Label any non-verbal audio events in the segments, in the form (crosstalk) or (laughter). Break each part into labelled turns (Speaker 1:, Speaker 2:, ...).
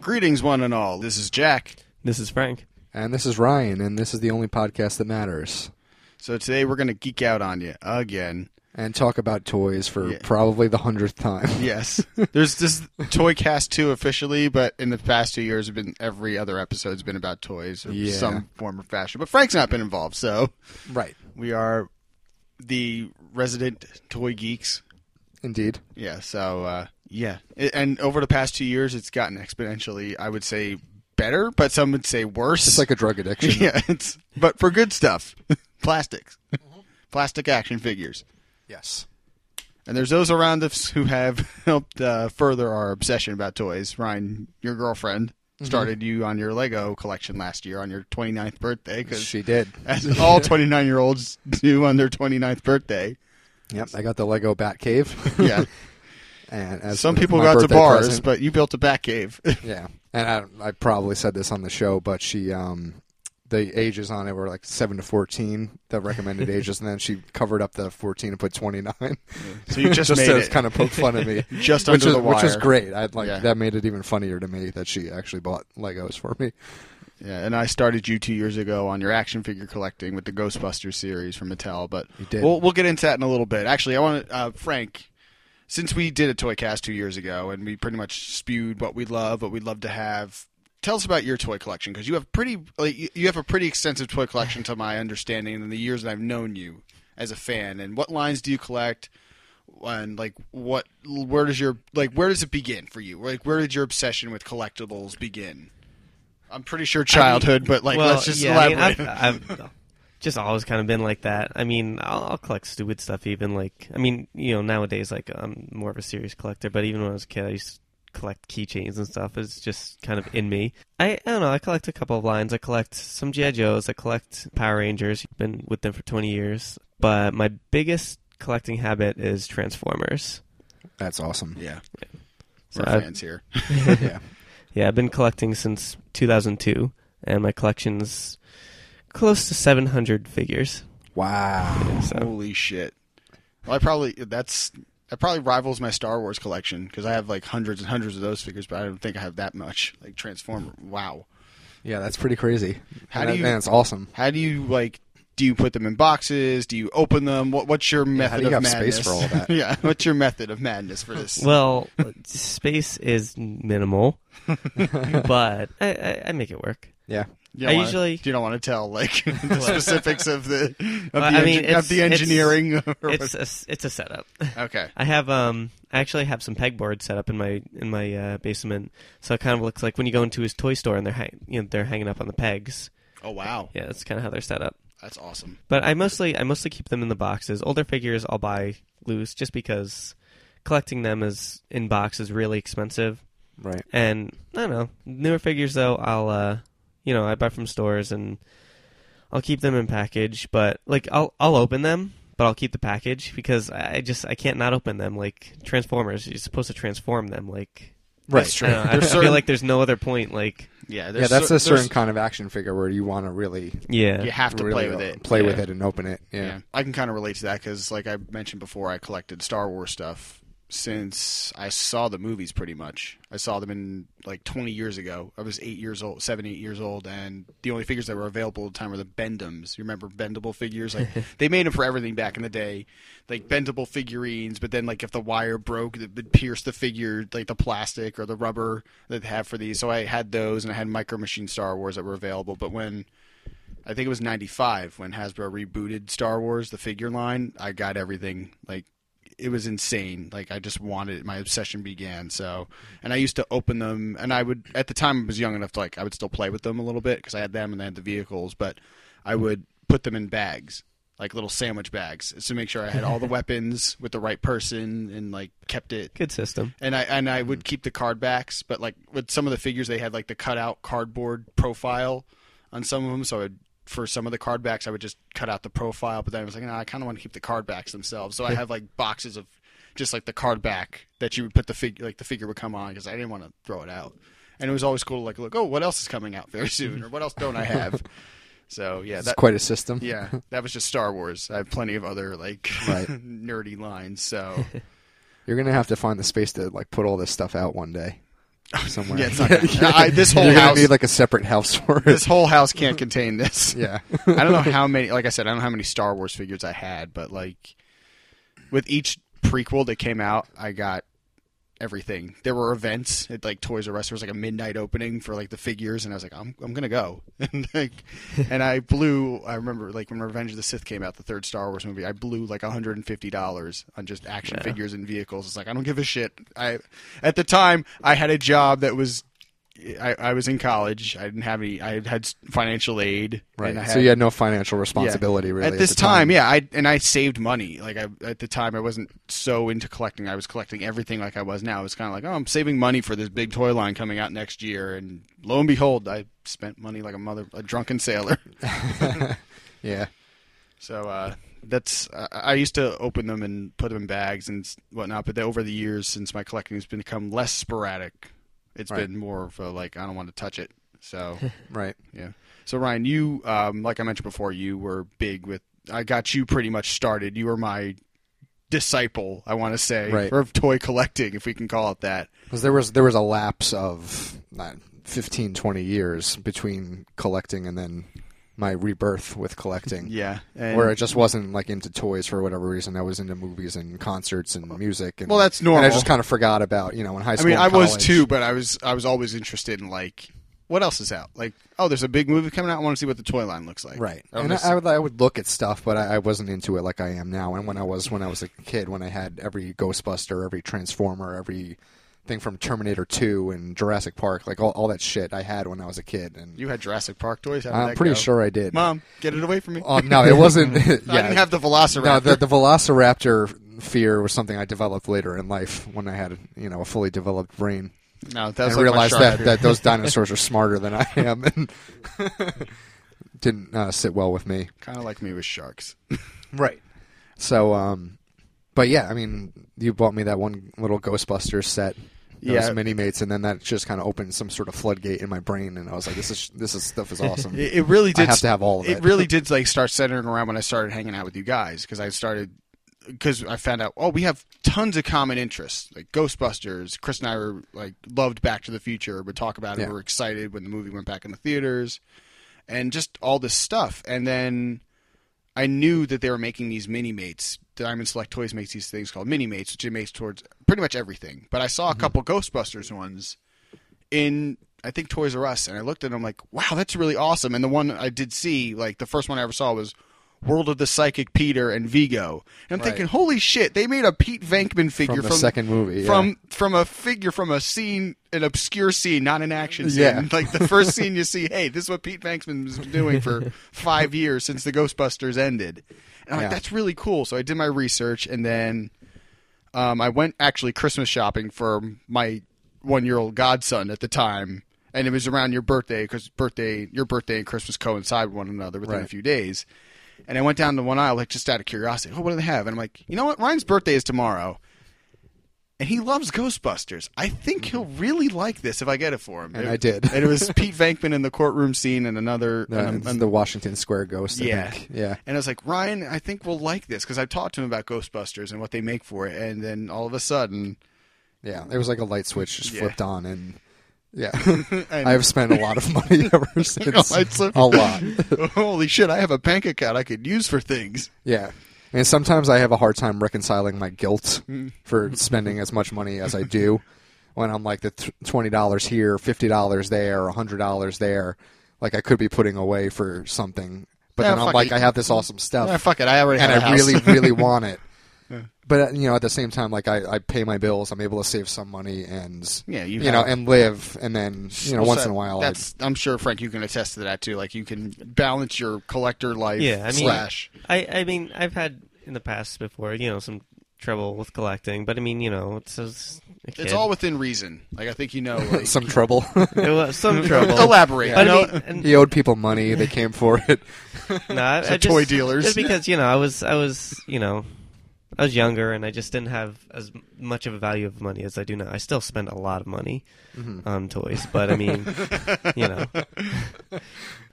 Speaker 1: Greetings, one and all. This is Jack.
Speaker 2: This is Frank.
Speaker 3: And this is Ryan, and this is the only podcast that matters.
Speaker 1: So today we're going to geek out on you again.
Speaker 3: And talk about toys for
Speaker 1: Yeah.
Speaker 3: probably the hundredth time.
Speaker 1: Yes, (laughs) there's this Toy Cast two officially, but in the past two years, have been every other episode's been about toys of
Speaker 3: Yeah.
Speaker 1: some form or fashion. But Frank's not been involved, so
Speaker 3: (laughs) Right.
Speaker 1: we are the resident toy geeks.
Speaker 3: Indeed.
Speaker 1: Yeah. So uh, yeah, I- and over the past two years, it's gotten exponentially. I would say better, but some would say worse.
Speaker 3: It's like a drug addiction.
Speaker 1: (laughs) yeah, it's but for good stuff, (laughs) plastics, plastic action figures.
Speaker 3: Yes.
Speaker 1: And there's those around us who have (laughs) helped uh, further our obsession about toys. Ryan, your girlfriend
Speaker 3: Mm-hmm.
Speaker 1: started you on your Lego collection last year on your 29th birthday because
Speaker 3: She did.
Speaker 1: as all 29 year olds do on their 29th
Speaker 3: (laughs)
Speaker 1: birthday.
Speaker 3: Yep. I got the Lego Bat Cave.
Speaker 1: (laughs) Yeah.
Speaker 3: (laughs) and as
Speaker 1: Some
Speaker 3: my
Speaker 1: people got to
Speaker 3: birthday
Speaker 1: bars,
Speaker 3: present-
Speaker 1: but you built a back cave.
Speaker 3: yeah. And I, I probably said this on the show, but she, um, the ages on it were like seven to fourteen,
Speaker 1: (laughs)
Speaker 3: the recommended ages, and then she covered up the fourteen and put twenty nine.
Speaker 1: (laughs) so you
Speaker 3: (laughs)
Speaker 1: just, made
Speaker 3: to
Speaker 1: it
Speaker 3: kind of poke fun
Speaker 1: (laughs)
Speaker 3: at me.
Speaker 1: just
Speaker 3: which
Speaker 1: under
Speaker 3: is,
Speaker 1: the wire.
Speaker 3: Which is great. I like
Speaker 1: Yeah.
Speaker 3: that made it even funnier to me that she actually bought Legos for me.
Speaker 1: Yeah, and I started you two years ago on your action figure collecting with the Ghostbusters series from Mattel. But
Speaker 3: You did.
Speaker 1: we'll we'll get into that in a little bit. Actually, I want to uh, Frank, since we did a toy cast two years ago and we pretty much spewed what we love, what we'd love to have. Tell us about your toy collection because you have pretty like, you- you have a pretty extensive toy collection to my understanding in the years that I've known you as a fan. And what lines do you collect? And like, what? Where does your like? Where does it begin for you? Like, where did your obsession with collectibles begin? I'm pretty sure childhood, but like,
Speaker 2: well,
Speaker 1: let's just
Speaker 2: yeah, I mean,
Speaker 1: elaborate.
Speaker 2: I've, I've (laughs) just always kind of been like that. I mean, I'll, I'll collect stupid stuff. Even like, I mean, you know, nowadays, like, I'm more of a serious collector. But even when I was a kid, I used to collect keychains and stuff. It's just kind of in me. I, I don't know. I collect a couple of lines. I collect some GI Joes. I collect Power Rangers. Been with them for 20 years. But my biggest collecting habit is Transformers.
Speaker 3: That's
Speaker 1: (laughs)
Speaker 3: awesome.
Speaker 1: (laughs) yeah,
Speaker 2: So
Speaker 1: we're
Speaker 2: I've-
Speaker 1: fans here.
Speaker 3: yeah.
Speaker 2: Yeah, I've been collecting since 2002, and my collection's close to 700 figures.
Speaker 3: Wow.
Speaker 2: (laughs) So
Speaker 1: Holy shit! Well, I probably that's that probably rivals my Star Wars collection because I have like hundreds and hundreds of those figures, but I don't think I have that much. Like Transformer, wow!
Speaker 3: Yeah, that's pretty crazy.
Speaker 1: How
Speaker 3: And
Speaker 1: do
Speaker 3: that-
Speaker 1: you-
Speaker 3: Man, it's awesome.
Speaker 1: How do you like? Do you put them in boxes? Do you open them? What, what's your method
Speaker 3: how do you
Speaker 1: of
Speaker 3: have
Speaker 1: madness?
Speaker 3: space for all
Speaker 1: (laughs)
Speaker 3: that?
Speaker 1: yeah, what's your method of madness for this?
Speaker 2: well, (laughs) space is minimal, but I, I, I make it work.
Speaker 3: Yeah.
Speaker 1: You
Speaker 2: I
Speaker 1: don't wanna-
Speaker 2: usually-
Speaker 1: you don't want to tell like (laughs)
Speaker 2: (laughs)
Speaker 1: the specifics of the of, the,
Speaker 2: I mean,
Speaker 1: engi- of
Speaker 2: it's-
Speaker 1: the
Speaker 2: it's-
Speaker 1: engineering. or
Speaker 2: It's a, s- it's a setup.
Speaker 1: what- okay.
Speaker 2: I have um I actually have some pegboard set up in my in my uh, basement, so it kind of looks like when you go into his toy store and they're hang, you know they're hanging up on the pegs.
Speaker 1: Oh wow,
Speaker 2: Yeah, that's kind of how they're set up.
Speaker 1: that's awesome.
Speaker 2: But I mostly I mostly keep them in the boxes. Older figures I'll buy loose just because collecting them is in box is really expensive.
Speaker 3: Right.
Speaker 2: And I don't know. Newer figures though, I'll uh you know, I buy from stores and I'll keep them in package, but like I'll I'll open them, but I'll keep the package because I I just I can't not open them like Transformers, you're supposed to transform them like
Speaker 3: Right.
Speaker 2: I, don't know, I- I
Speaker 1: There's
Speaker 2: feel
Speaker 1: certain-
Speaker 2: like there's no other point like
Speaker 1: Yeah,
Speaker 3: Yeah,
Speaker 1: there's
Speaker 3: that's
Speaker 1: cer-
Speaker 3: a certain
Speaker 1: there's-
Speaker 3: kind of action figure where you want to really,
Speaker 2: yeah.
Speaker 1: You have to
Speaker 3: really,
Speaker 1: play with
Speaker 3: uh,
Speaker 1: it.
Speaker 3: play with
Speaker 2: Yeah.
Speaker 3: it and open it. Yeah.
Speaker 1: Yeah. I can kind of relate to that because, like I mentioned before, I collected Star Wars stuff since I saw the movies. Pretty much, I saw them in like 20 years ago. I was eight years old, seven, eight years old, and the only figures that were available at the time were the Bendums. You remember bendable figures? Like they made them for everything back in the day, like bendable figurines. But then, like if the wire broke, it would pierce the figure, like the plastic or the rubber that they have for these. So I had those, and I had Micro Machine Star Wars that were available. But when I think it was 95 when Hasbro rebooted Star Wars, the figure line. I got everything. Like, it was insane. Like, I just wanted it. My obsession began. So, and I used to open them, and I would, at the time, I was young enough to, like, I would still play with them a little bit because I had them and I had the vehicles, but I would put them in bags, like little sandwich bags, to make sure I had all the weapons with the right person and, like, kept it
Speaker 2: Good system.
Speaker 1: and I and I would keep the card backs, but like with some of the figures, they had like the cutout cardboard profile on some of them. So I would, for some of the card backs, I would just cut out the profile. But then I was like, no, I kind of want to keep the card backs themselves. So I have like boxes of just like the card back that you would put the fig like the figure would come on because I didn't want to throw it out. And it was always cool to like look, oh, what else is coming out very soon, or what else don't I have? So yeah,
Speaker 3: It's
Speaker 1: that,
Speaker 3: quite a system.
Speaker 1: yeah, that was just Star Wars. I have plenty of other like
Speaker 3: Right.
Speaker 1: (laughs) nerdy lines. So (laughs)
Speaker 3: You're gonna have to find the space to like put all this stuff out one day. somewhere.
Speaker 1: Yeah, it's
Speaker 3: (laughs)
Speaker 1: not gonna- I- this whole
Speaker 3: You're
Speaker 1: house-
Speaker 3: gonna need like a separate house for
Speaker 1: (laughs)
Speaker 3: it.
Speaker 1: this whole house can't contain this. (laughs)
Speaker 3: yeah,
Speaker 1: I don't
Speaker 3: (laughs)
Speaker 1: know how many. Like I said, I don't know how many Star Wars figures I had, but like with each prequel that came out, I got everything. There were events at like Toys R Us. There was like a midnight opening for like the figures, and I was like, I'm I'm gonna go. (laughs) And like, and I blew. I remember like when Revenge of the Sith came out, the third Star Wars movie. I blew like 150 dollars on just action figures and vehicles. It's like I don't give a shit. I at the time I had a job that was. I, I was in college. I didn't have any. I had financial aid.
Speaker 3: right.
Speaker 1: and I
Speaker 3: so you had no financial responsibility
Speaker 1: yeah.
Speaker 3: really
Speaker 1: at this
Speaker 3: the
Speaker 1: time, yeah i and i saved money like i at the time i wasn't so into collecting i was collecting everything like i was now it's kind of like oh i'm saving money for this big toy line coming out next year and lo and behold i spent money like a mother a drunken
Speaker 3: (laughs)
Speaker 1: sailor
Speaker 3: Yeah,
Speaker 1: so uh that's I I used to open them and put them in bags and s- whatnot, but then over the years, since my collecting has become less sporadic, it's
Speaker 3: Right.
Speaker 1: been more of a like I don't want to touch it. So
Speaker 3: right.
Speaker 1: Yeah. So Ryan, you um, like I mentioned before, you were big with. I got you pretty much started. You were my disciple, I want to say,
Speaker 3: Right.
Speaker 1: for toy collecting, if we can call it that.
Speaker 3: Because there was there was a lapse of not 15, 20 years between collecting and then my rebirth with collecting.
Speaker 1: Yeah. And,
Speaker 3: Where I just wasn't like into toys for whatever reason. I was into movies and concerts and music. And,
Speaker 1: Well, that's
Speaker 3: And I
Speaker 1: normal.
Speaker 3: just kind of forgot about you know in high
Speaker 1: I
Speaker 3: school.
Speaker 1: mean, I
Speaker 3: and
Speaker 1: was
Speaker 3: college.
Speaker 1: too, but I was I was always interested in like what else is out. Like, oh, there's a big movie coming out. I want to see what the toy line looks like.
Speaker 3: Right,
Speaker 1: I
Speaker 3: and
Speaker 1: wanna
Speaker 3: I, I would I would look at stuff, but I, I wasn't into it like I am now. And when I was when I was a kid, when I had every Ghostbuster, every Transformer, every thing from Terminator Two and Jurassic Park, like all, all that shit I had when I was a kid. And
Speaker 1: You had Jurassic Park toys. How did
Speaker 3: I'm
Speaker 1: that
Speaker 3: pretty
Speaker 1: go?
Speaker 3: sure I did.
Speaker 1: Mom, get it away from me.
Speaker 3: Oh no, it wasn't. (laughs) yeah,
Speaker 1: (laughs) I didn't have the Velociraptor.
Speaker 3: no, the, the Velociraptor fear was something I developed later in life when I had you know a fully developed brain.
Speaker 1: no that's like
Speaker 3: I
Speaker 1: my
Speaker 3: realized
Speaker 1: shark
Speaker 3: that,
Speaker 1: idea.
Speaker 3: that those
Speaker 1: (laughs)
Speaker 3: dinosaurs are smarter than I am, and (laughs) didn't uh, sit well with me.
Speaker 1: kind of like me with sharks.
Speaker 3: Right. So, um, but yeah, I mean, you bought me that one little Ghostbusters set, those
Speaker 1: Yeah.
Speaker 3: mini mates, and then that just kind of opened some sort of floodgate in my brain, and I was like, this is this is stuff is
Speaker 1: (laughs)
Speaker 3: awesome.
Speaker 1: It, it really
Speaker 3: I
Speaker 1: did.
Speaker 3: have to have all of it.
Speaker 1: it really did like start centering around when I started hanging out with you guys because I started because I found out oh we have tons of common interests like Ghostbusters. Chris and I were like loved Back to the Future. Would talk about it.
Speaker 3: Yeah.
Speaker 1: We were excited when the movie went back in the theaters, and just all this stuff. And then I knew that they were making these mini mates. Diamond Select Toys makes these things called mini mates, which it makes towards pretty much everything. But I saw
Speaker 3: Mhm.
Speaker 1: a couple Ghostbusters ones in I think Toys R Us, and I looked at them like, wow, that's really awesome. And the one I did see, like the first one I ever saw was World of the Psychic Peter and Vigo. And I'm
Speaker 3: Right.
Speaker 1: thinking, holy shit, they made a Pete Venkman figure
Speaker 3: from
Speaker 1: from,
Speaker 3: the second movie, yeah.
Speaker 1: from from a figure from a scene, an obscure scene, not an action scene.
Speaker 3: Yeah.
Speaker 1: Like the first scene you see, hey, this is what Pete Venkman has been doing
Speaker 3: (laughs)
Speaker 1: for five years since the Ghostbusters ended. And I'm
Speaker 3: Yeah.
Speaker 1: like, that's really cool. So I did my research, and then um, I went actually Christmas shopping for my one-year-old godson at the time, and it was around your birthday because birthday, your birthday and Christmas coincide with one another within a
Speaker 3: Right.
Speaker 1: few days. And I went down to one aisle like just out of curiosity. Oh, what do they have? And I'm like, you know what? Ryan's birthday is tomorrow, and he loves Ghostbusters. I think he'll really like this if I get it for him.
Speaker 3: And
Speaker 1: It-
Speaker 3: I did.
Speaker 1: and it was Pete Venkman in the courtroom scene and another.
Speaker 3: (laughs) the,
Speaker 1: and- and-
Speaker 3: the Washington Square Ghost. I
Speaker 1: Yeah.
Speaker 3: think. yeah.
Speaker 1: and I was like, Ryan, I think we'll like this because I talked to him about Ghostbusters and what they make for it. And then all of a
Speaker 3: (laughs)
Speaker 1: sudden, (laughs)
Speaker 3: Yeah, it was like a light switch just
Speaker 1: Yeah.
Speaker 3: flipped on, and
Speaker 1: (laughs)
Speaker 3: yeah, (laughs)
Speaker 1: And-
Speaker 3: I've spent a lot of money (laughs)
Speaker 1: (laughs)
Speaker 3: ever since.
Speaker 1: light switch.
Speaker 3: A lot,
Speaker 1: holy shit, I have a bank account I could use for things.
Speaker 3: yeah. And sometimes I have a hard time reconciling my guilt
Speaker 1: Mm.
Speaker 3: for spending as much money as
Speaker 1: (laughs)
Speaker 3: I do. When I'm like the th- twenty dollars here, fifty dollars there, hundred dollars there, like I could be putting away for something, but
Speaker 1: Yeah,
Speaker 3: then I'm
Speaker 1: fuck
Speaker 3: like,
Speaker 1: it.
Speaker 3: I have this awesome stuff.
Speaker 1: Ah, fuck it, I already
Speaker 3: and
Speaker 1: have a
Speaker 3: I
Speaker 1: house.
Speaker 3: really, really want it. But uh, you know, at the same time, like I, I pay my bills, I'm able to save some money, and
Speaker 1: (laughs) Yeah,
Speaker 3: you
Speaker 1: you
Speaker 3: know,
Speaker 1: have-
Speaker 3: and live, and then you know,
Speaker 1: Well,
Speaker 3: once
Speaker 1: so
Speaker 3: in a while, I,
Speaker 1: that's I'm sure Frank, you can attest to that too. Like you can balance your collector life.
Speaker 2: Yeah, I mean,
Speaker 1: slash.
Speaker 2: I, I mean, I've had in the past before, you know, some trouble with collecting, but I mean, you know, it's, it's, a kid.
Speaker 1: It's all within reason. Like I think you
Speaker 3: (laughs)
Speaker 1: know. (laughs) Like,
Speaker 3: some trouble.
Speaker 2: It was some
Speaker 1: (laughs)
Speaker 2: trouble.
Speaker 1: Elaborate. you
Speaker 2: But
Speaker 1: know? (laughs)
Speaker 2: I mean, and-
Speaker 3: he owed people money; they came for it.
Speaker 2: no, I, I just,
Speaker 1: toy dealers.
Speaker 2: Just because you know, I was, I was, you know, I was younger, and I just didn't have as m- much of a value of money as I do now. I still spend a lot of money
Speaker 1: Mm-hmm.
Speaker 2: on toys, but I mean, you know, (laughs)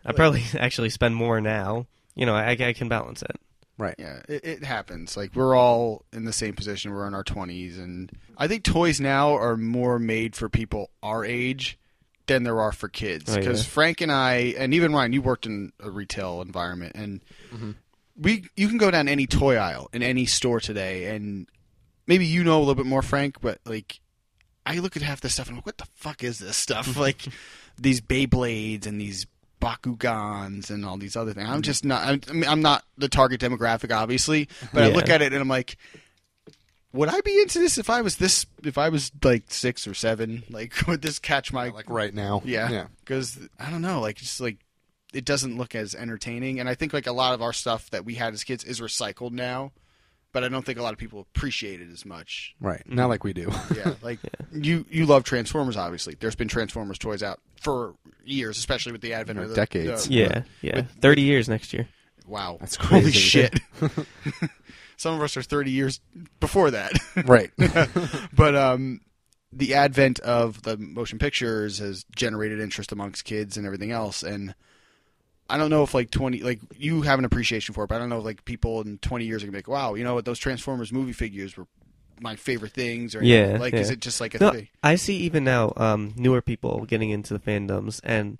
Speaker 2: I probably actually spend more now. You know, I, I can balance it.
Speaker 3: Right.
Speaker 1: Yeah, it, it happens. Like we're all in the same position. We're in our twenties, and I think toys now are more made for people our age than there are for kids.
Speaker 2: Oh, yeah.
Speaker 1: Because Frank and I, and even Ryan, you worked in a retail environment, and
Speaker 2: Mm-hmm.
Speaker 1: we you can go down any toy aisle in any store today, and maybe you know a little bit more, Frank, but like I look at half this stuff and I'm like, what the fuck is this stuff? like these Beyblades and these Bakugans and all these other things. I'm just not. I'm, I mean, I'm not the target demographic, obviously, but I
Speaker 2: Yeah.
Speaker 1: look at it and I'm like, would I be into this if I was this? If I was like six or seven, like (laughs) would this catch my
Speaker 3: Like right now.
Speaker 1: yeah.
Speaker 3: Yeah.
Speaker 1: Because I don't know, like just like it doesn't look as entertaining, and I think like a lot of our stuff that we had as kids is recycled now, but I don't think a lot of people appreciate it as much.
Speaker 3: Right.
Speaker 1: Mm-hmm.
Speaker 3: Not like
Speaker 1: (laughs)
Speaker 3: we do. (laughs)
Speaker 1: Yeah, like you you love Transformers, obviously. There's been Transformers toys out for years, especially with the advent
Speaker 3: Like
Speaker 1: of the,
Speaker 3: decades.
Speaker 1: the-
Speaker 2: Yeah, yeah. Thirty years next year.
Speaker 1: wow,
Speaker 3: That's
Speaker 1: Holy
Speaker 3: crazy.
Speaker 1: shit!
Speaker 3: (laughs)
Speaker 1: (laughs) Some of us are 30 years before that. (laughs)
Speaker 3: right.
Speaker 1: but um, the advent of the motion pictures has generated interest amongst kids and everything else. And I don't know if like twenty, like you have an appreciation for it, but I don't know if like people in twenty years are gonna be like, wow, you know what? Those Transformers movie figures were my favorite things, or
Speaker 2: Yeah,
Speaker 1: like
Speaker 2: yeah.
Speaker 1: is it just like a
Speaker 2: No,
Speaker 1: thing?
Speaker 2: I see even now um, newer people getting into the fandoms, and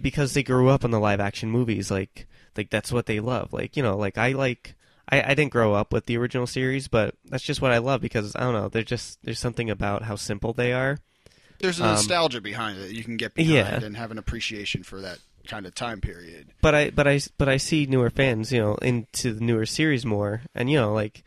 Speaker 2: because they grew up on the live action movies, like like that's what they love. Like you know, like I like I, I didn't grow up with the original series, but that's just what I love because I don't know. There's just there's something about how simple they are.
Speaker 1: There's a
Speaker 2: um,
Speaker 1: nostalgia behind it that you can get behind
Speaker 2: Yeah.
Speaker 1: and have an appreciation for that kind of time period.
Speaker 2: But I but I but I see newer fans, you know, into the newer series more, and you know, like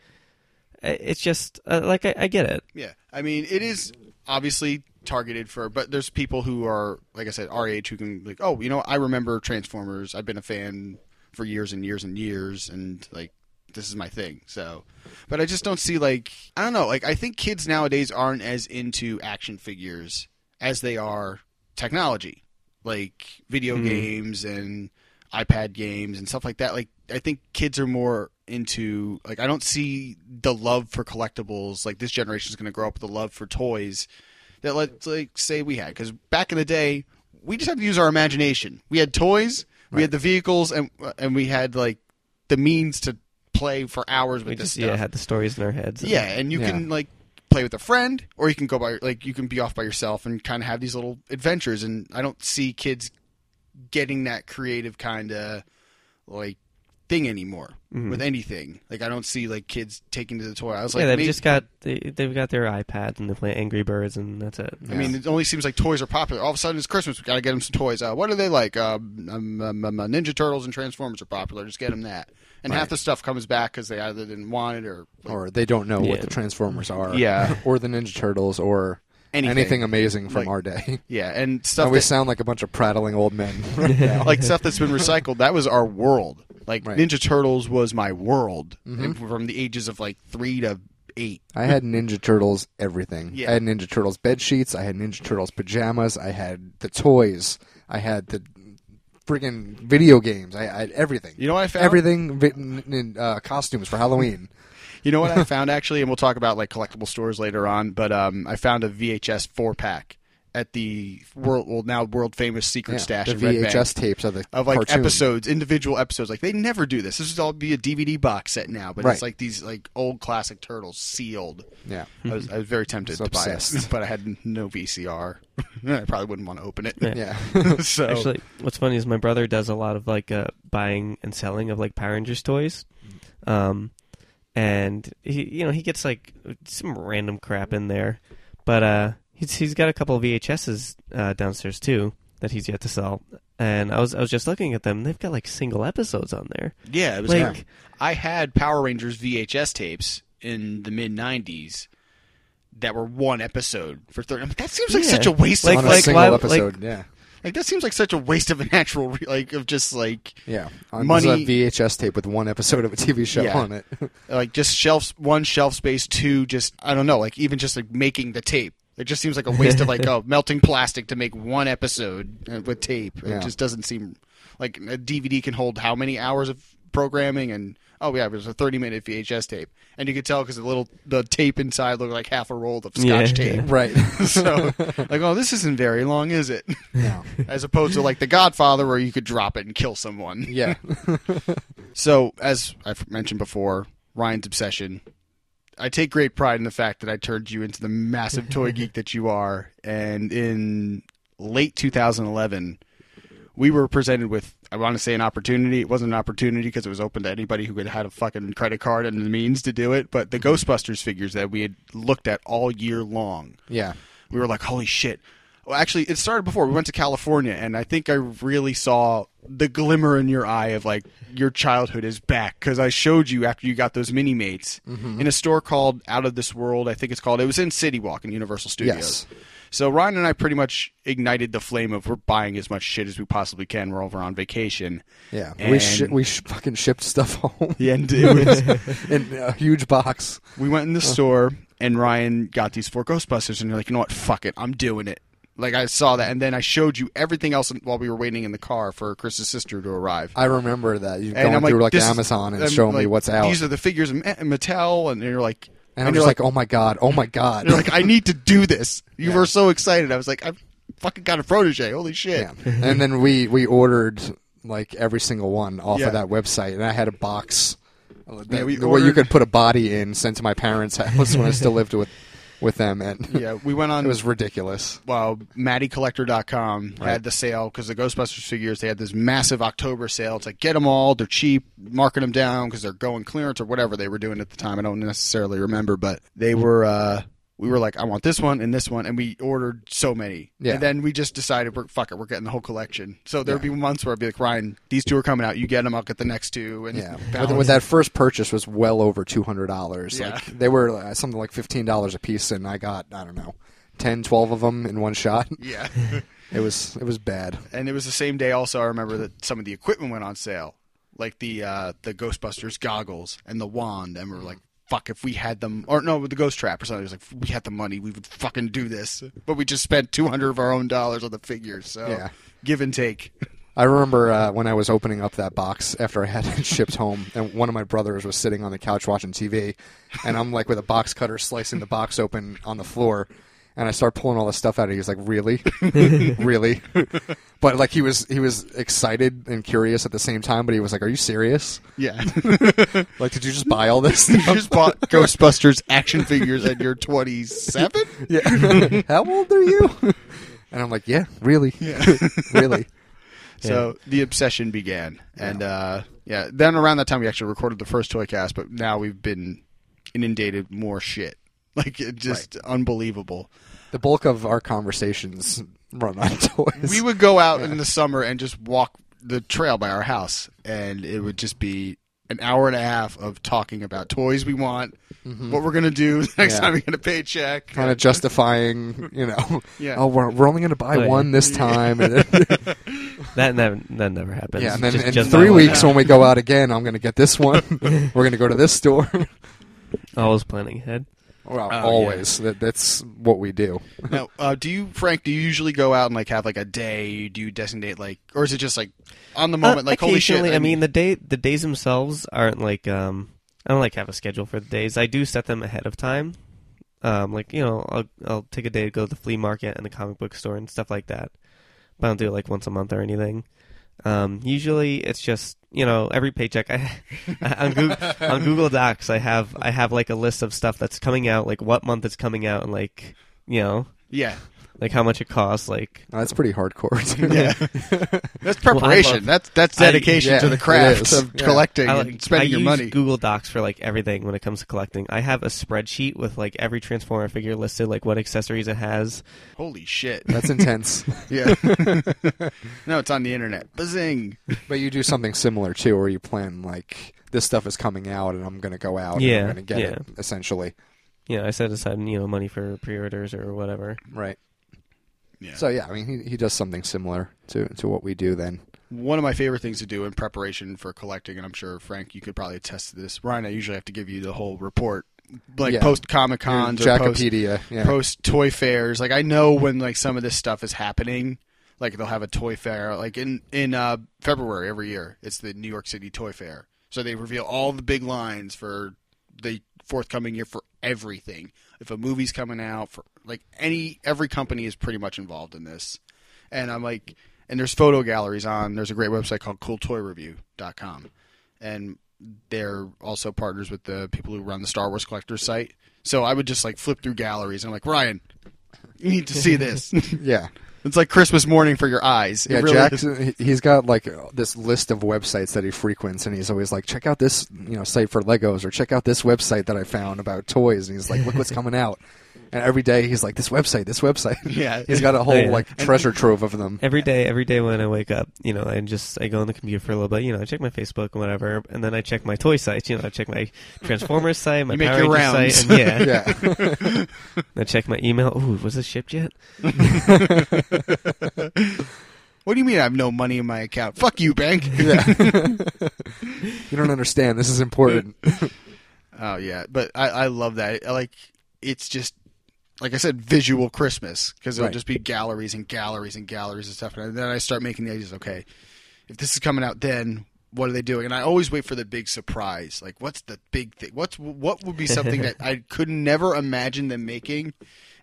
Speaker 2: i- it's just uh, like I, I get it.
Speaker 1: Yeah, I mean, it is obviously targeted for, but there's people who are, like I said, our age who can like, oh, you know, I remember Transformers. I've been a fan for years and years and years, and like this is my thing. So, but I just don't see like I don't know. Like I think kids nowadays aren't as into action figures as they are technology, like video
Speaker 2: Hmm.
Speaker 1: games and iPad games and stuff like that. Like I think kids are more into like I don't see the love for collectibles. Like this generation is going to grow up with the love for toys that let's like say we had because back in the day we just had to use our imagination. We had toys, we had the vehicles, and and we had like the means to play for hours with
Speaker 2: We
Speaker 1: this
Speaker 2: just
Speaker 1: stuff.
Speaker 2: yeah had the stories in our heads.
Speaker 1: Yeah, and you
Speaker 3: Yeah.
Speaker 1: can like play with a friend, or you can go by like you can be off by yourself and kind of have these little adventures. And I don't see kids getting that creative kind of like thing anymore with anything. Like I don't see like kids taking to the toy. I was like,
Speaker 2: yeah, they've
Speaker 1: maybe-
Speaker 2: just got they, they've got their iPads and they play Angry Birds and that's it.
Speaker 1: I mean, it only seems like toys are popular. All of a sudden, it's Christmas. We got to get them some toys. Uh, what are they like? Um, um, um, um, uh, Ninja Turtles and Transformers are popular. Just get them that. And half the stuff comes back because they either didn't want it or like,
Speaker 3: or they don't know what
Speaker 2: Yeah.
Speaker 3: the Transformers are.
Speaker 1: Yeah.
Speaker 3: Or the Ninja Turtles or
Speaker 1: anything.
Speaker 3: anything, amazing from
Speaker 1: Like-
Speaker 3: our day. (laughs)
Speaker 1: Yeah, and stuff.
Speaker 3: And we
Speaker 1: that-
Speaker 3: sound like a bunch of prattling old men. (laughs) right
Speaker 1: (laughs)
Speaker 3: now.
Speaker 1: like stuff that's been recycled. That was our world. Like
Speaker 3: Right. Mm-hmm.
Speaker 1: Ninja Turtles was my world And from the ages of like three to eight.
Speaker 3: I had Ninja Turtles everything.
Speaker 1: Yeah.
Speaker 3: I had Ninja Turtles bed sheets. I had Ninja Turtles pajamas. I had the toys. I had the friggin' video games. I, I had everything.
Speaker 1: You know what I found?
Speaker 3: everything vi- n- n- uh, costumes for
Speaker 1: (laughs)
Speaker 3: Halloween.
Speaker 1: You know what
Speaker 3: (laughs)
Speaker 1: I found actually, and we'll talk about like collectible stores later on. But um, I found a VHS four pack at the world well now world famous secret
Speaker 3: Yeah,
Speaker 1: stash
Speaker 3: the
Speaker 1: in Red Bank.
Speaker 3: VHS tapes of the
Speaker 1: of like
Speaker 3: cartoon.
Speaker 1: episodes, individual episodes. Like they never do this. This would all be a DVD box set now, but it's
Speaker 3: Right.
Speaker 1: like these like old classic turtles sealed.
Speaker 3: Yeah.
Speaker 1: I was I was very tempted
Speaker 3: Mm-hmm. So
Speaker 1: to buy it, (laughs)
Speaker 3: obsessed.
Speaker 1: but I had no VCR. (laughs) I probably wouldn't want to open it.
Speaker 2: Yeah.
Speaker 3: Yeah.
Speaker 1: so
Speaker 2: Actually, what's funny is my brother does a lot of like uh, buying and selling of like Power Rangers toys, um, and he you know he gets like some random crap in there, but uh, he's he's got a couple of VHSs uh, downstairs too that he's yet to sell, and I was I was just looking at them. and They've got like single episodes on there,
Speaker 1: yeah, it was
Speaker 2: like.
Speaker 1: kinda- I had Power Rangers VHS tapes in the mid '90s that were one episode for thirty. I'm like, that seems like
Speaker 2: Yeah.
Speaker 1: such a waste
Speaker 3: (laughs) on
Speaker 1: of
Speaker 3: a
Speaker 1: like,
Speaker 2: Like,
Speaker 3: single
Speaker 2: why-
Speaker 3: episode. yeah.
Speaker 1: like that seems like such a waste of a natural re- like of just like
Speaker 3: Yeah. On
Speaker 1: Money-
Speaker 3: this is a VHS tape with one episode of a TV show
Speaker 1: Yeah. (laughs)
Speaker 3: on it.
Speaker 1: like just shelf one shelf space two just i don't know like even just like making the tape it just seems like a waste of
Speaker 2: (laughs)
Speaker 1: like oh melting plastic to make one episode uh, with tape it
Speaker 3: Yeah.
Speaker 1: just doesn't seem like a dvd can hold how many hours of programming and Oh yeah, it was a 30 minute VHS tape, and you could tell because the little the tape inside looked like half a roll of Scotch
Speaker 2: Yeah.
Speaker 1: tape.
Speaker 3: (laughs) Right.
Speaker 1: (laughs) so like, oh, this isn't very long, is
Speaker 2: (laughs)
Speaker 1: it?
Speaker 3: No.
Speaker 1: As opposed to like The Godfather, where you could drop it and kill someone.
Speaker 3: Yeah.
Speaker 1: So, as I've mentioned before, Ryan's obsession. I take great pride in the fact that I turned you into the massive toy geek that you are. And in late 2011, we were presented with, I want to say, an opportunity. It wasn't an opportunity because it was open to anybody who could had a fucking credit card and the means to do it. But the Ghostbusters figures that we had looked at all year long
Speaker 3: Yeah.
Speaker 1: we were like, holy shit. Well, actually, it started before we went to California, and I think I really saw the glimmer in your eye of like your childhood is back because I showed you after you got those mini mates
Speaker 3: Mm-hmm.
Speaker 1: in a store called Out of This World. I think it's called. It was in City Walk in Universal Studios.
Speaker 3: Yes.
Speaker 1: So Ryan and I pretty much ignited the flame of we're buying as much shit as we possibly can while we're on vacation.
Speaker 3: Yeah. We
Speaker 1: And-
Speaker 3: shi we sh- fucking shipped stuff home
Speaker 1: Yeah, and it was,
Speaker 3: (laughs) in a huge box.
Speaker 1: we went in the store and Ryan got these four Ghostbusters, and you're like, you know what? Fuck it, I'm doing it. Like I saw that, and then I showed you everything else while we were waiting in the car for Chris's sister to arrive.
Speaker 3: I remember that
Speaker 1: and
Speaker 3: you going
Speaker 1: I'm
Speaker 3: through like,
Speaker 1: this is-
Speaker 3: Amazon and
Speaker 1: I'm
Speaker 3: showing me
Speaker 1: like,
Speaker 3: what's out,
Speaker 1: These are the figures of Ma- Mattel, and you're like,
Speaker 3: and I'm
Speaker 1: you're
Speaker 3: just like, oh my god, oh my
Speaker 1: (laughs)
Speaker 3: god.
Speaker 1: you're like, I need to do this.
Speaker 3: (laughs)
Speaker 1: You were so excited. I was like, I fucking got a protege. Holy shit.
Speaker 3: Yeah. and then we we ordered like every single one off
Speaker 1: Yeah. Oh,
Speaker 3: of that website, and I had a box
Speaker 1: Yeah,
Speaker 3: that,
Speaker 1: we
Speaker 3: where you
Speaker 1: ordered-
Speaker 3: could put a body in, sent to my parents' house when I still lived with with them, and
Speaker 1: (laughs) Yeah, we went on.
Speaker 3: it was ridiculous.
Speaker 1: well, MattyCollector.com had the sale because the Ghostbusters figures they had this massive October sale. It's like get them all; they're cheap, marking them down because they're going clearance or whatever they were doing at the time. I don't necessarily remember, but they were. uh We were like, I want this one and this one, and we ordered so many.
Speaker 3: Yeah.
Speaker 1: And then we just decided, we're fuck it, we're getting the whole collection. So there'd be months where I'd be like, Ryan, these two are coming out. You get them, I'll get the next two. And
Speaker 3: Yeah, with,
Speaker 1: balance.
Speaker 3: with that first purchase was well over two hundred dollars.
Speaker 1: Yeah.
Speaker 3: Like they were uh, something like fifteen dollars a piece, and I got I don't know. 10, 12 of them in one shot.
Speaker 1: yeah.
Speaker 3: It was it was bad.
Speaker 1: and it was the same day also i remember that some of the equipment went on sale like the uh the ghostbusters goggles and the wand and we were like fuck if we had them or no with the ghost trap or something it was like if we had the money we would fucking do this but we just spent 200 of our own dollars on the figures so
Speaker 3: Yeah.
Speaker 1: give and take
Speaker 3: I remember uh, when I was opening up that box after I had (laughs) it shipped home, and one of my brothers was sitting on the couch watching TV, and I'm like with a box cutter slicing the box open on the floor, and I start pulling all the stuff out. of it. He was like,
Speaker 1: (laughs)
Speaker 3: "Really, really," but like he was he was excited and curious at the same time. But he was like, "Are you serious?
Speaker 1: (laughs) yeah
Speaker 3: Like, did you just buy all
Speaker 1: (laughs)
Speaker 3: this?"
Speaker 1: you just bought ghostbusters action figures and you're 27
Speaker 3: yeah. (laughs) How old are you? And I'm like, "Yeah, really, (laughs) really."
Speaker 1: So the obsession began, and uh, yeah, then around that time we actually recorded the first toy cast, but now we've been inundated more shit, (laughs) like it just unbelievable.
Speaker 3: The bulk of our conversations run on (laughs) toys.
Speaker 1: We would go out in the summer and just walk the trail by our house, and it would just be an hour and a half of talking about toys we want, what we're gonna do (laughs) the next
Speaker 3: Yeah.
Speaker 1: time we get a paycheck.
Speaker 3: kind of justifying, you know,
Speaker 1: (laughs) Yeah.
Speaker 3: oh, we're, we're only going to buy
Speaker 2: Oh, yeah.
Speaker 3: one this time.
Speaker 1: (laughs)
Speaker 3: And then,
Speaker 2: That never that never happens.
Speaker 3: (laughs) yeah, and then
Speaker 2: Just-
Speaker 3: in
Speaker 2: just
Speaker 3: three
Speaker 2: my one.
Speaker 3: weeks when we go out again, I'm going to get this
Speaker 2: (laughs)
Speaker 3: one. (laughs) we're going to go to this store. (laughs)
Speaker 2: Always planning ahead.
Speaker 3: well,
Speaker 1: Oh, yeah.
Speaker 3: always. That, that's what we do. (laughs)
Speaker 1: now, uh, do you, Frank? Do you usually go out and like have like a day? Do you designate like, or is it just like on the moment?
Speaker 2: Uh,
Speaker 1: like, holy shit!
Speaker 2: occasionally, I mean, the day the days themselves aren't like um, I don't like have a schedule for the days. I do set them ahead of time. Um, like you know, I'll I'll take a day to go to the flea market and the comic book store and stuff like that. But I don't do it like once a month or anything. Um, usually it's just you know every paycheck I (laughs) on Google, on Google Docs I have I have like a list of stuff that's coming out like what month it's coming out and like you know
Speaker 1: yeah,
Speaker 2: like how much it costs like
Speaker 3: Uh, That's pretty hardcore. (laughs) too.
Speaker 1: Yeah. that's
Speaker 2: Well, I
Speaker 1: preparation.
Speaker 2: love-
Speaker 1: that's that's
Speaker 2: I-
Speaker 1: dedication
Speaker 3: yeah,
Speaker 1: to the
Speaker 3: it
Speaker 1: craft
Speaker 3: is.
Speaker 1: of
Speaker 3: Yeah.
Speaker 1: collecting
Speaker 2: I,
Speaker 1: and
Speaker 2: like,
Speaker 1: spending
Speaker 2: I
Speaker 1: your
Speaker 2: use
Speaker 1: money.
Speaker 2: Google Docs for like everything when it comes to collecting. I have a spreadsheet with like every Transformer figure listed, like what accessories it has.
Speaker 1: Holy shit!
Speaker 3: That's intense.
Speaker 1: (laughs) Yeah. (laughs) no, it's on the internet. Bazing.
Speaker 3: but you do something similar, too, where you plan, like, this stuff is coming out and I'm going to go out
Speaker 2: Yeah,
Speaker 3: and I'm going to get
Speaker 2: yeah.
Speaker 3: it, essentially.
Speaker 2: You know, I set aside you know money for pre-orders or whatever.
Speaker 3: Right.
Speaker 1: Yeah.
Speaker 3: So, yeah, I mean, he, he does something similar to, to what we do then.
Speaker 1: One of my favorite things to do in preparation for collecting, and I'm sure Frank, you could probably attest to this. Ryan, I usually have to give you the whole report, like
Speaker 3: Yeah.
Speaker 1: post Comic Cons or post
Speaker 3: Jackopedia. Yeah.
Speaker 1: post toy fairs. Like I know when like some of this stuff is happening. Like they'll have a toy fair. Like in in uh, February every year, it's the New York City Toy Fair. So they reveal all the big lines for the forthcoming year for everything. If a movie's coming out for like any every company is pretty much involved in this. And I'm like and there's photo galleries on there's a great website called cooltoyreview.com. And they're also partners with the people who run the Star Wars collectors site. So I would just like flip through galleries and I'm like, "Ryan, you need to see
Speaker 3: (laughs)
Speaker 1: this."
Speaker 3: Yeah.
Speaker 1: it's like Christmas morning for your eyes. It
Speaker 3: Yeah,
Speaker 1: really is-
Speaker 3: Jackson. he- He's got like uh, this list of websites that he frequents, and he's always like, "Check out this, you know, site for Legos, or check out this website that I found about toys." And he's like, "Look what's
Speaker 1: (laughs)
Speaker 3: coming out!" And every day he's like, "This website, this website."
Speaker 1: Yeah.
Speaker 3: he's got a whole
Speaker 2: Yeah.
Speaker 3: like treasure trove of
Speaker 1: (laughs)
Speaker 3: them.
Speaker 2: Every day, every day when I wake up, you know, I just I go on the computer for a little bit, you know, I check my Facebook and whatever, and then I check my toy sites, you know, I check my Transformers site,
Speaker 1: (laughs)
Speaker 2: my
Speaker 1: You make
Speaker 2: Power
Speaker 1: your rounds.
Speaker 2: Rangers site,
Speaker 1: (laughs)
Speaker 2: and yeah,
Speaker 3: Yeah,
Speaker 2: And I check my email. Ooh, was this shipped yet?
Speaker 1: What do you mean I have no money in my account? Fuck you, bank.
Speaker 3: yeah.
Speaker 1: (laughs)
Speaker 3: you don't understand. This is important.
Speaker 1: Oh yeah, but I, I love that. I Like it's just like I said, visual Christmas because it'll
Speaker 3: Right.
Speaker 1: just be galleries and galleries and galleries and stuff. And then I start making the ideas. Okay, if this is coming out, then what are they doing? And I always wait for the big surprise. Like what's the big thing? What's what would be something that I could never imagine them making,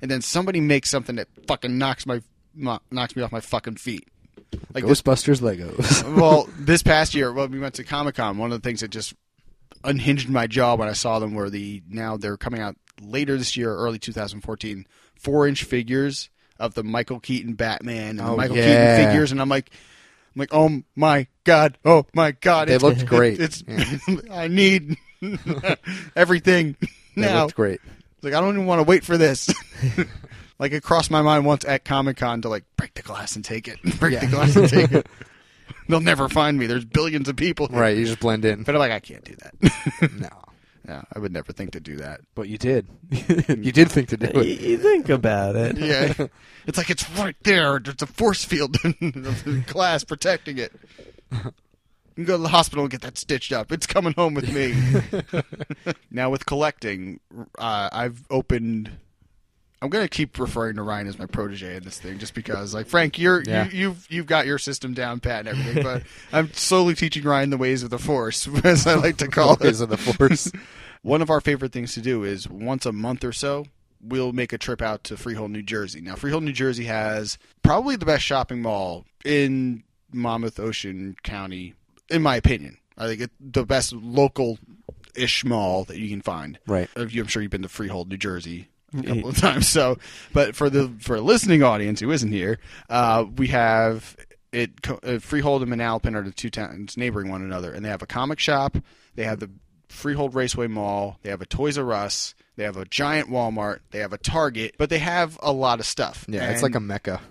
Speaker 1: and then somebody makes something that fucking knocks my mo- knocks me off my fucking feet. (laughs) Like this
Speaker 3: Ghostbusters
Speaker 1: (laughs)
Speaker 3: Legos.
Speaker 1: well, this past year, well, we went to Comic Con. One of the things that just unhinged my jaw when I saw them were the now they're coming out later this year, early 2014, four inch figures of the Michael Keaton Batman and the
Speaker 3: Oh,
Speaker 1: Michael
Speaker 3: yeah.
Speaker 1: Keaton figures, and I'm like, I'm like, oh my god, oh my god,
Speaker 3: They
Speaker 1: it's- (laughs)
Speaker 3: looked great.
Speaker 1: It's, I need (laughs) everything
Speaker 3: That
Speaker 1: now.
Speaker 3: looked great.
Speaker 1: It's Like I don't even want to wait for this. (laughs) like it crossed my mind once at Comic Con to like break the glass and take it, (laughs) break the
Speaker 3: Yeah.
Speaker 1: glass and take
Speaker 3: (laughs)
Speaker 1: it. They'll never find me. There's billions of people. here.
Speaker 3: Right, you just blend in.
Speaker 1: But I'm like I can't do that. (laughs)
Speaker 3: No,
Speaker 1: yeah, I would never think to do that.
Speaker 3: but
Speaker 1: (laughs)
Speaker 3: you did. you did think to do
Speaker 2: You,
Speaker 3: it.
Speaker 2: you think about it.
Speaker 1: Yeah, (laughs) it's like it's right there. There's a force field (laughs) of the glass protecting it. You can go to the hospital and get that stitched up. It's coming home with me. now with collecting, uh, I've opened. I'm gonna keep referring to Ryan as my protege in this thing, just because, like Frank, you're
Speaker 3: Yeah.
Speaker 1: you, you've you've got your system down pat and everything, but I'm slowly teaching Ryan the ways of the Force, (laughs) as I like to call it
Speaker 3: Always of the force.
Speaker 1: (laughs) one of our favorite things to do is once a month or so we'll make a trip out to freehold new jersey now freehold new jersey has probably the best shopping mall in monmouth ocean county in my opinion i think it's the best local ish mall that you can find
Speaker 3: Right.
Speaker 1: Uh, you- i'm sure you've been to freehold new jersey a
Speaker 3: Mm-hmm.
Speaker 1: couple of times so but for the for a listening audience who isn't here uh, we have it co- uh, freehold and manalapan are the two towns neighboring one another and they have a comic shop they have the Freehold Raceway Mall. They have a Toys R Us. They have a giant Walmart. They have a Target, but they have a lot of stuff.
Speaker 3: Yeah,
Speaker 1: And
Speaker 3: it's like a mecca.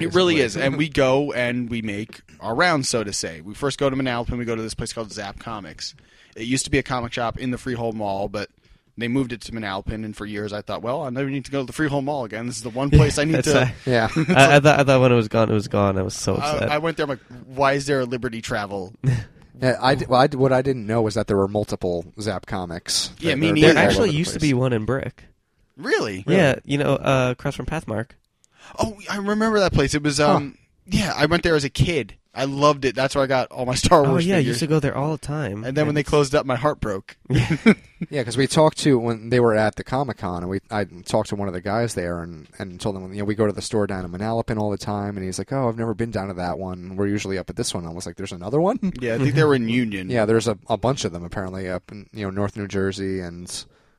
Speaker 1: It really is. And we go and we make our rounds, so to say. We first go to Manalapan. We go to this place called Zap Comics. It used to be a comic shop in the Freehold Mall, but they moved it to Manalapan. And for years, I thought, well, I never need to go to the Freehold Mall again. This is the one place I need
Speaker 2: That's
Speaker 1: to. (laughs) uh,
Speaker 2: why-
Speaker 3: Yeah.
Speaker 2: I, I thought I thought when it was gone, it was gone. I was so upset.
Speaker 1: I, I went there. I'm like, why is there a Liberty
Speaker 2: (laughs)
Speaker 1: Travel?
Speaker 3: Yeah, I, well, I- what I didn't know was that there were multiple Zap comics.
Speaker 1: Yeah,
Speaker 3: that
Speaker 1: me
Speaker 3: were
Speaker 1: neither.
Speaker 2: there
Speaker 3: all over
Speaker 2: actually
Speaker 3: the
Speaker 2: used to
Speaker 3: place.
Speaker 2: be one in Brick.
Speaker 1: really?
Speaker 2: Yeah, you know, uh, across from Pathmark.
Speaker 1: Oh, I remember that place. It was um yeah, I went there as a kid. I loved it. That's where I got all my Star
Speaker 2: Oh
Speaker 1: Wars
Speaker 2: yeah, I
Speaker 1: figures.
Speaker 2: used to go there all the time.
Speaker 1: and then when they closed up, my heart broke.
Speaker 3: Yeah, because we talked to when they were at the Comic Con, and we I talked to one of the guys there and, and told them you know we go to the store down in Manalapan all the time, and he's like, oh, I've never been down to that one. We're usually up at this one. I was like, there's
Speaker 1: (laughs)
Speaker 3: another one.
Speaker 1: Yeah, I think they were in Union.
Speaker 3: Yeah, there's a, a bunch of them apparently up in you know North New Jersey and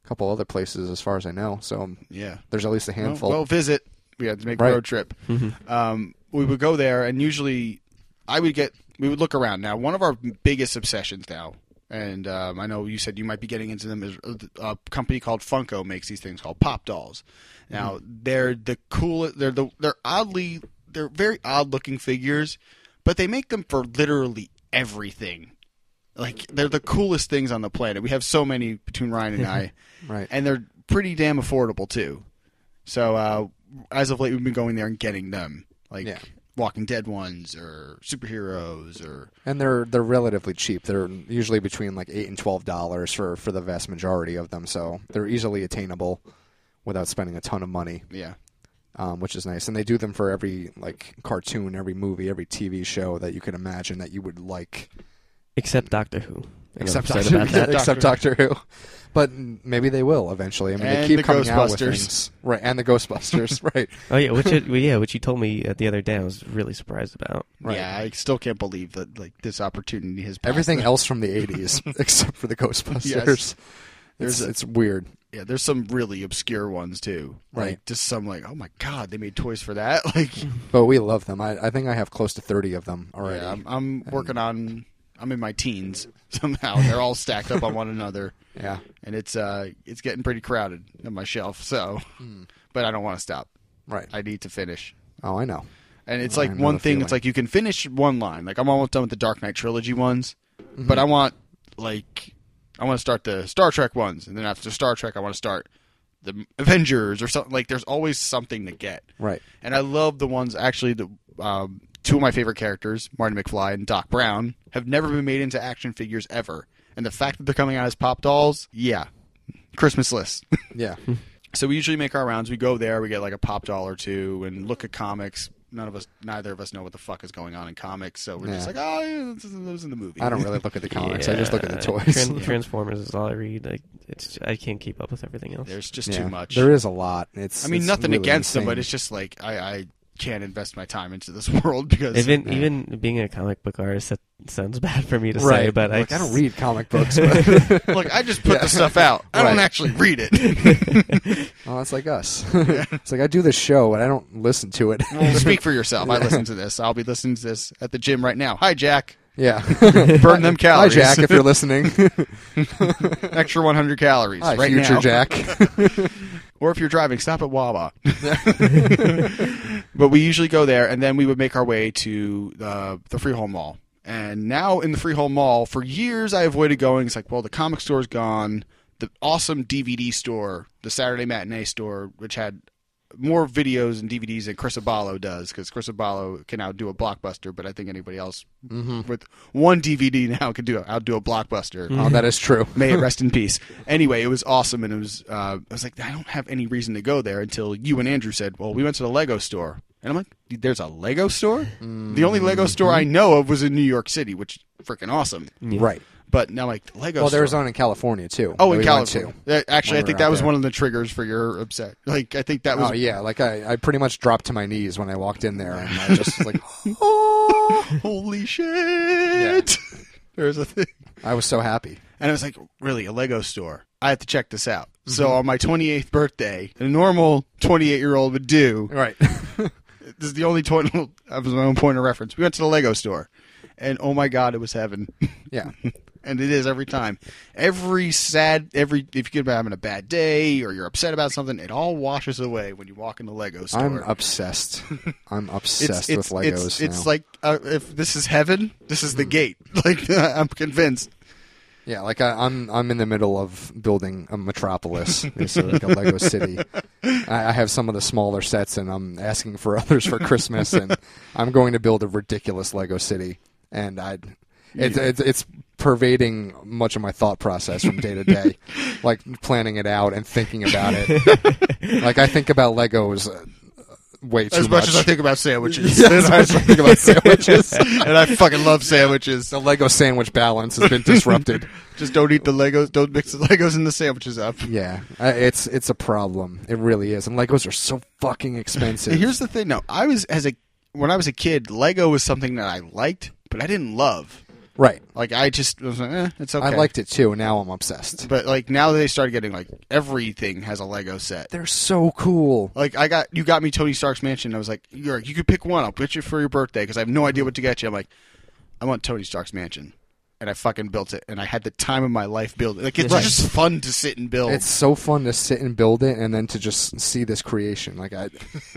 Speaker 3: a couple other places as far as I know. So um,
Speaker 1: yeah.
Speaker 3: there's at least a
Speaker 1: Well,
Speaker 3: handful.
Speaker 1: well, visit. We had to make
Speaker 3: Right. Mm-hmm.
Speaker 1: a road trip. Um, we would go there, and usually I would get. We would look around. Now, one of our biggest obsessions now, and um, I know you said you might be getting into them, is uh, a company called Funko makes these things called pop dolls. Now,
Speaker 3: Mm-hmm.
Speaker 1: they're the coolest. They're the they're oddly they're very odd looking figures, but they make them for literally everything. Like they're the coolest things on the planet. We have so many between Ryan
Speaker 3: (laughs)
Speaker 1: and I.
Speaker 3: right.
Speaker 1: and they're pretty damn affordable too. So uh, as of late, we've been going there and getting them, like
Speaker 3: Yeah.
Speaker 1: Walking Dead ones or superheroes or
Speaker 3: And they're they're relatively cheap. They're usually between like eight and twelve dollars for for the vast majority of them. So they're easily attainable without spending a ton of money,
Speaker 1: yeah,
Speaker 3: um, which is nice. And they do them for every like cartoon, every movie, every TV show that you can imagine that you would like.
Speaker 2: except Doctor Who. and I'm
Speaker 3: except
Speaker 2: upset
Speaker 3: Doctor,
Speaker 2: about that.
Speaker 3: (laughs) except Doctor Who. But maybe they will eventually. I mean, they
Speaker 1: And
Speaker 3: keep
Speaker 1: the
Speaker 3: coming out with
Speaker 1: Ghostbusters.
Speaker 3: things, right? And the Ghostbusters, (laughs) right?
Speaker 2: Oh yeah, which it, well, yeah, which you told me uh, the other day. I was really surprised about.
Speaker 3: Right.
Speaker 1: Yeah, I still can't believe that like this opportunity has passed.
Speaker 3: Everything else from the '80s, (laughs) except for the
Speaker 1: (laughs)
Speaker 3: Ghostbusters.
Speaker 1: Yes.
Speaker 3: It's,
Speaker 1: There's a-
Speaker 3: it's weird.
Speaker 1: Yeah, there's some really obscure ones too.
Speaker 3: Right.
Speaker 1: Like just some like, oh my god, they made toys for that. (laughs) Like,
Speaker 3: But we love them. I, I think I have close to 30 of them already.
Speaker 1: yeah, I'm, I'm working on. I'm in my teens (laughs) somehow. They're all stacked up on one another,
Speaker 3: Yeah.
Speaker 1: and it's uh, it's getting pretty crowded on my shelf. So,
Speaker 3: Hmm.
Speaker 1: but I don't want to stop.
Speaker 3: Right.
Speaker 1: I need to finish.
Speaker 3: Oh, I know.
Speaker 1: And it's
Speaker 3: I
Speaker 1: like
Speaker 3: know
Speaker 1: one
Speaker 3: the
Speaker 1: thing.
Speaker 3: feeling.
Speaker 1: It's like you can finish one line. Like I'm almost done with the Dark Knight trilogy ones,
Speaker 3: Mm-hmm.
Speaker 1: but I want like I want to start the Star Trek ones, and then after Star Trek, I want to start the Avengers or something. Like there's always something to get.
Speaker 3: Right.
Speaker 1: And I love the ones actually. The um, two of my favorite characters, Marty McFly and Doc Brown, have never been made into action figures ever. And the fact that they're coming out as pop dolls, yeah, Christmas list. (laughs)
Speaker 3: Yeah.
Speaker 1: So we usually make our rounds. We go there. We get like a pop doll or two, and look at comics. None of us, neither of us, know what the fuck is going on in comics. So we're just like,
Speaker 3: Yeah.
Speaker 1: oh, yeah, this is- that was in the movie.
Speaker 3: I
Speaker 1: (laughs)
Speaker 3: don't really look at the comics. I just look at the
Speaker 2: Yeah,
Speaker 3: toys. (laughs)
Speaker 2: Tran- Transformers is all I read. Like it's, I can't keep up with everything else.
Speaker 1: There's just
Speaker 3: Yeah.
Speaker 1: too much.
Speaker 3: There is a lot. It's.
Speaker 1: I mean,
Speaker 3: it's
Speaker 1: nothing
Speaker 3: really
Speaker 1: against them, but
Speaker 3: insane.
Speaker 1: it's just like I, I can't invest my time into this (laughs) world because
Speaker 2: even
Speaker 3: yeah.
Speaker 2: even being a comic book artist, that sounds (laughs) bad for me to say,
Speaker 3: right.
Speaker 2: but
Speaker 3: like, I,
Speaker 2: I
Speaker 3: don't
Speaker 2: just-
Speaker 3: read
Speaker 1: (laughs)
Speaker 3: comic books. But, (laughs)
Speaker 1: look, I just put
Speaker 3: Yeah.
Speaker 1: the stuff out. I don't
Speaker 3: Right.
Speaker 1: actually read it.
Speaker 3: (laughs) oh, it's like us. (laughs) it's like I do this show and I don't listen to it.
Speaker 1: well, speak for yourself. I listen to this. I'll be listening to this at the gym right now. Hi, Jack.
Speaker 3: (laughs) yeah.
Speaker 1: (laughs) Burn them
Speaker 3: (laughs) Hi,
Speaker 1: calories.
Speaker 3: Jack, if
Speaker 1: (laughs)
Speaker 3: you're listening.
Speaker 1: Extra 100 calories
Speaker 3: Hi,
Speaker 1: right
Speaker 3: future
Speaker 1: now. (laughs)
Speaker 3: Jack.
Speaker 1: or if you're driving, stop at Wawa. (laughs) but we usually go there, and then we would make our way to uh, the Freehold Mall. And now in the Freehold Mall, for years I avoided going. It's like, well, the comic store's gone. The awesome DVD store, the Saturday matinee store, which had more videos and DVDs than Chris Abalo does, because Chris Abalo can outdo a blockbuster, but I think anybody else with one DVD now can do outdo a blockbuster.
Speaker 3: oh, that is true.
Speaker 1: May
Speaker 3: (laughs)
Speaker 1: it rest in peace. Anyway, it was awesome, and it was. Uh, I was like, I don't have any reason to go there until you and Andrew said, "Well, we went to the Lego store," and I'm like, "Dude, "There's a Lego store? The only Lego
Speaker 3: Mm-hmm.
Speaker 1: store I know of was in New York City, which freaking awesome."
Speaker 3: Right.
Speaker 1: But now, like the Lego.
Speaker 3: Mm. Well, there was
Speaker 1: store-
Speaker 3: one in California too.
Speaker 1: Oh,
Speaker 3: that
Speaker 1: in
Speaker 3: we went to.
Speaker 1: California. That- Actually,
Speaker 3: when
Speaker 1: I
Speaker 3: we
Speaker 1: think
Speaker 3: were out
Speaker 1: that was
Speaker 3: there.
Speaker 1: one of the triggers for your upset. Like, I think that was
Speaker 3: Oh yeah, like I, I pretty much dropped to my knees when I walked in there, and I just was
Speaker 1: (laughs)
Speaker 3: like, oh, (laughs)
Speaker 1: holy shit. (laughs) There's a thing.
Speaker 3: I was so happy.
Speaker 1: And I was like, really, a Lego store? I have to check this out.
Speaker 3: Mm-hmm.
Speaker 1: So on my 28th birthday, a normal 28 year old would do.
Speaker 3: Right.
Speaker 1: This is the only toy (laughs) that was my own point of reference. We went to the Lego store, and oh my god, it was
Speaker 3: (laughs)
Speaker 1: heaven.
Speaker 3: (laughs) yeah.
Speaker 1: and it is every time. Every sad, every if you're having a bad day or you're upset about something, it all washes away when you walk in the Lego store.
Speaker 3: I'm obsessed. I'm
Speaker 1: it's
Speaker 3: obsessed
Speaker 1: it's,
Speaker 3: with Legos
Speaker 1: it's, it's
Speaker 3: now. Mm.
Speaker 1: like uh, if this is heaven, this is the gate. (laughs) Like I'm convinced.
Speaker 3: yeah, like I, I'm I'm in the middle of building
Speaker 1: (laughs)
Speaker 3: a metropolis, basically like a Lego city. I, I have some of the smaller sets, and I'm asking for (laughs) others for Christmas, and I'm going to build a ridiculous Lego city, and I, it's it's it's pervading much of my thought process from day
Speaker 1: (laughs)
Speaker 3: to day, like planning it out and thinking about
Speaker 1: (laughs)
Speaker 3: it. like I think about Legos. Uh, Way too
Speaker 1: As much, as I think about sandwiches, (laughs)
Speaker 3: (laughs) Yes, I think about (laughs) sandwiches.
Speaker 1: and I fucking love sandwiches.
Speaker 3: the Lego sandwich balance
Speaker 1: (laughs)
Speaker 3: has been disrupted.
Speaker 1: Just don't eat the Legos. Don't mix the Legos and the sandwiches up.
Speaker 3: yeah, I- it's it's a problem. It really is, and Legos are so fucking expensive.
Speaker 1: And here's the thing. No, I was as a when I was a kid, Lego was something that I liked, but I didn't love.
Speaker 3: right,
Speaker 1: Like I just was like, eh, it's okay.
Speaker 3: I liked it too. and Now I'm obsessed.
Speaker 1: but like now they started getting like everything has a Lego set.
Speaker 3: They're so cool.
Speaker 1: Like I got you got me Tony Stark's mansion. I was like, you're you could pick one. I'll get you for your birthday because I have no idea what to get you. I'm like, I want Tony Stark's mansion, and I fucking built it, and I had the time of my life building. Like it's
Speaker 3: Right.
Speaker 1: just fun to sit and build.
Speaker 3: It's so fun to sit and build it, and then to just see this creation. Like I,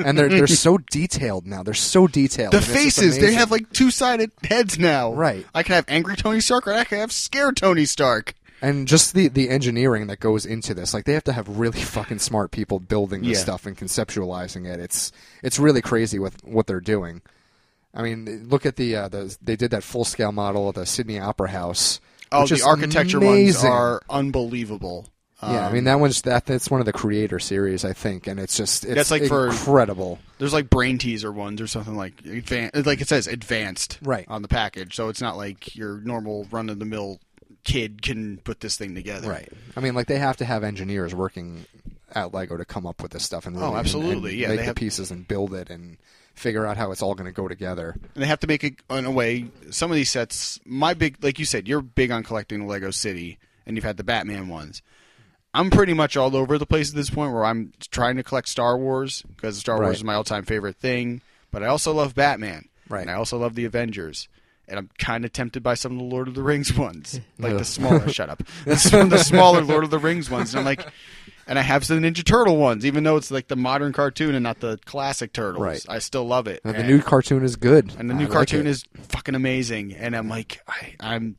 Speaker 3: and they're they're so (laughs) detailed now. They're so detailed.
Speaker 1: The
Speaker 3: and it's just
Speaker 1: faces, they
Speaker 3: amazing.
Speaker 1: have like two sided heads now.
Speaker 3: Right.
Speaker 1: I can have angry Tony Stark or I can have scared Tony Stark.
Speaker 3: and just the the engineering that goes into this. Like they have to have really (laughs) fucking smart people building this
Speaker 1: Yeah.
Speaker 3: stuff and conceptualizing it. It's it's really crazy with what they're doing. I mean, look at the uh, the they did that full scale model of the Sydney Opera House.
Speaker 1: Oh,
Speaker 3: which
Speaker 1: the
Speaker 3: is
Speaker 1: architecture ones
Speaker 3: amazing.
Speaker 1: are unbelievable.
Speaker 3: Yeah, I
Speaker 1: Um,
Speaker 3: mean that one's that that's one of the creator series, I think, and it's just it's
Speaker 1: That's like for-
Speaker 3: incredible.
Speaker 1: there's like brain teaser ones or something like advanced. Like it says advanced
Speaker 3: Right.
Speaker 1: on the package, so it's not like your normal run of the mill kid can put this thing together.
Speaker 3: Right. I mean, like they have to have engineers working at Lego to come up with this stuff and really
Speaker 1: Oh, absolutely.
Speaker 3: and- and
Speaker 1: Yeah,
Speaker 3: make
Speaker 1: they
Speaker 3: the
Speaker 1: have-
Speaker 3: pieces and build it and figure out how it's all going to go together.
Speaker 1: and they have to make it in a way. Some of these sets, my big, like you said, you're big on collecting Lego City, and you've had the Batman ones. I'm pretty much all over the place at this point, where I'm trying to collect Star Wars because Star
Speaker 3: Right.
Speaker 1: Wars is my all-time favorite thing. But I also love Batman,
Speaker 3: Right.
Speaker 1: And I also love the Avengers, and I'm kind of tempted by some of the Lord of the Rings
Speaker 3: (laughs)
Speaker 1: ones, like
Speaker 3: Ugh.
Speaker 1: the smaller. shut up, the, the smaller Lord of the Rings ones, and I'm like. And I have some Ninja Turtle ones, even though it's like the modern cartoon and not the classic turtles.
Speaker 3: Right.
Speaker 1: I still love it.
Speaker 3: Now, the
Speaker 1: And-
Speaker 3: new cartoon is good,
Speaker 1: and the new
Speaker 3: I like
Speaker 1: cartoon
Speaker 3: it.
Speaker 1: is fucking amazing. And I'm like, I, I'm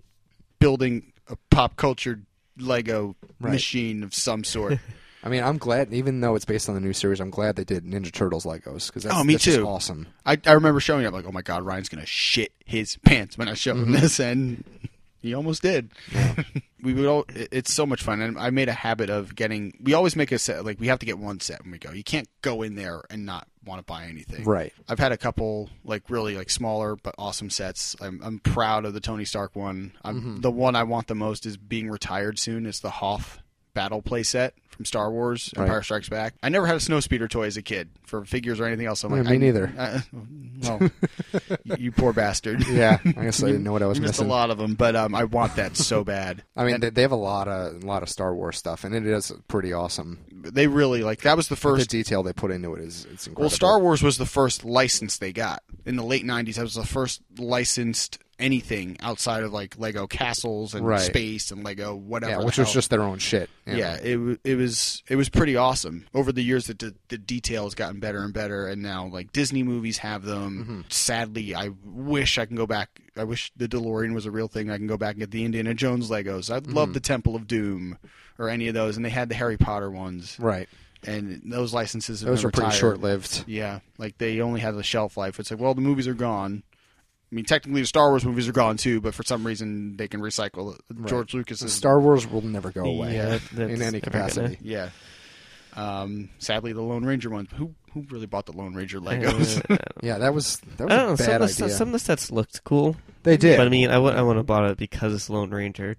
Speaker 1: building a pop culture Lego
Speaker 3: Right.
Speaker 1: machine of some sort. (laughs)
Speaker 3: I mean, I'm glad, even though it's based on the new series, I'm glad they did Ninja Turtles Legos because that's,
Speaker 1: Oh, me
Speaker 3: that's just
Speaker 1: too.
Speaker 3: awesome.
Speaker 1: I, I remember showing up like, oh my god, Ryan's gonna shit his pants when I show
Speaker 3: Mm-hmm.
Speaker 1: him this, and he almost did. (laughs) we would all. it- It's so much fun, and I made a habit of getting. We always make a set like we have to get one set when we go. You can't go in there and not want to buy anything. (laughs)
Speaker 3: Right.
Speaker 1: I've had a couple like really like smaller but awesome sets. I'm I'm proud of the Tony Stark one. I'm
Speaker 3: Mm-hmm.
Speaker 1: the one I want the most is being retired soon. It's the Hoth battle play set from Star Wars
Speaker 3: Right.
Speaker 1: Empire Strikes Back. I never had a snowspeeder toy as a kid for figures or anything else. I'm
Speaker 3: Yeah,
Speaker 1: like
Speaker 3: me
Speaker 1: I-
Speaker 3: neither. (laughs)
Speaker 1: I, well, you- you poor bastard.
Speaker 3: Yeah, I guess I didn't know what I was
Speaker 1: you (laughs) missed
Speaker 3: missing.
Speaker 1: a lot of them, but um, I want that so bad.
Speaker 3: I mean, they, they have a lot of a lot of Star Wars stuff, and it is pretty awesome.
Speaker 1: They really like that was the
Speaker 3: The
Speaker 1: first
Speaker 3: detail they put into it is it's incredible.
Speaker 1: Well, Star Wars was the first license they got in the late '90s. That was the first licensed anything outside of like Lego castles and
Speaker 3: Right.
Speaker 1: space and Lego whatever.
Speaker 3: yeah,
Speaker 1: the
Speaker 3: which was
Speaker 1: hell.
Speaker 3: just their own shit. you know.
Speaker 1: yeah, it wa- it was it was pretty awesome. Over the years, that the, the detail has gotten better and better, and now like Disney movies have them.
Speaker 3: Mm-hmm.
Speaker 1: Sadly, I wish I can go back. I wish the DeLorean was a real thing. I can go back and get the Indiana Jones Legos. I
Speaker 3: Mm.
Speaker 1: love the Temple of Doom or any of those, and they had the Harry Potter ones,
Speaker 3: right.
Speaker 1: and those licenses have
Speaker 3: Those
Speaker 1: been
Speaker 3: were pretty
Speaker 1: retired.
Speaker 3: short lived.
Speaker 1: Yeah, like they only have a shelf life. It's like, well, the movies are gone. I mean, technically, the Star Wars movies are gone too, but for some reason, they can recycle it. George Lucas's.
Speaker 3: Star Wars will never go away
Speaker 2: Yeah, that- uh, that's
Speaker 3: in any
Speaker 2: never gonna- (laughs)
Speaker 3: capacity.
Speaker 1: yeah. Um, sadly, the Lone Ranger one. Who who really bought the Lone Ranger
Speaker 2: I (laughs)
Speaker 1: Legos?
Speaker 2: don't
Speaker 3: Yeah, (laughs) that was that was
Speaker 2: know.
Speaker 3: a
Speaker 2: Oh, Some of,
Speaker 3: bad
Speaker 2: the,
Speaker 3: idea.
Speaker 2: stuff- some of the sets looked cool,
Speaker 3: They did
Speaker 2: but I mean, I would I would have bought it because it's Lone Ranger.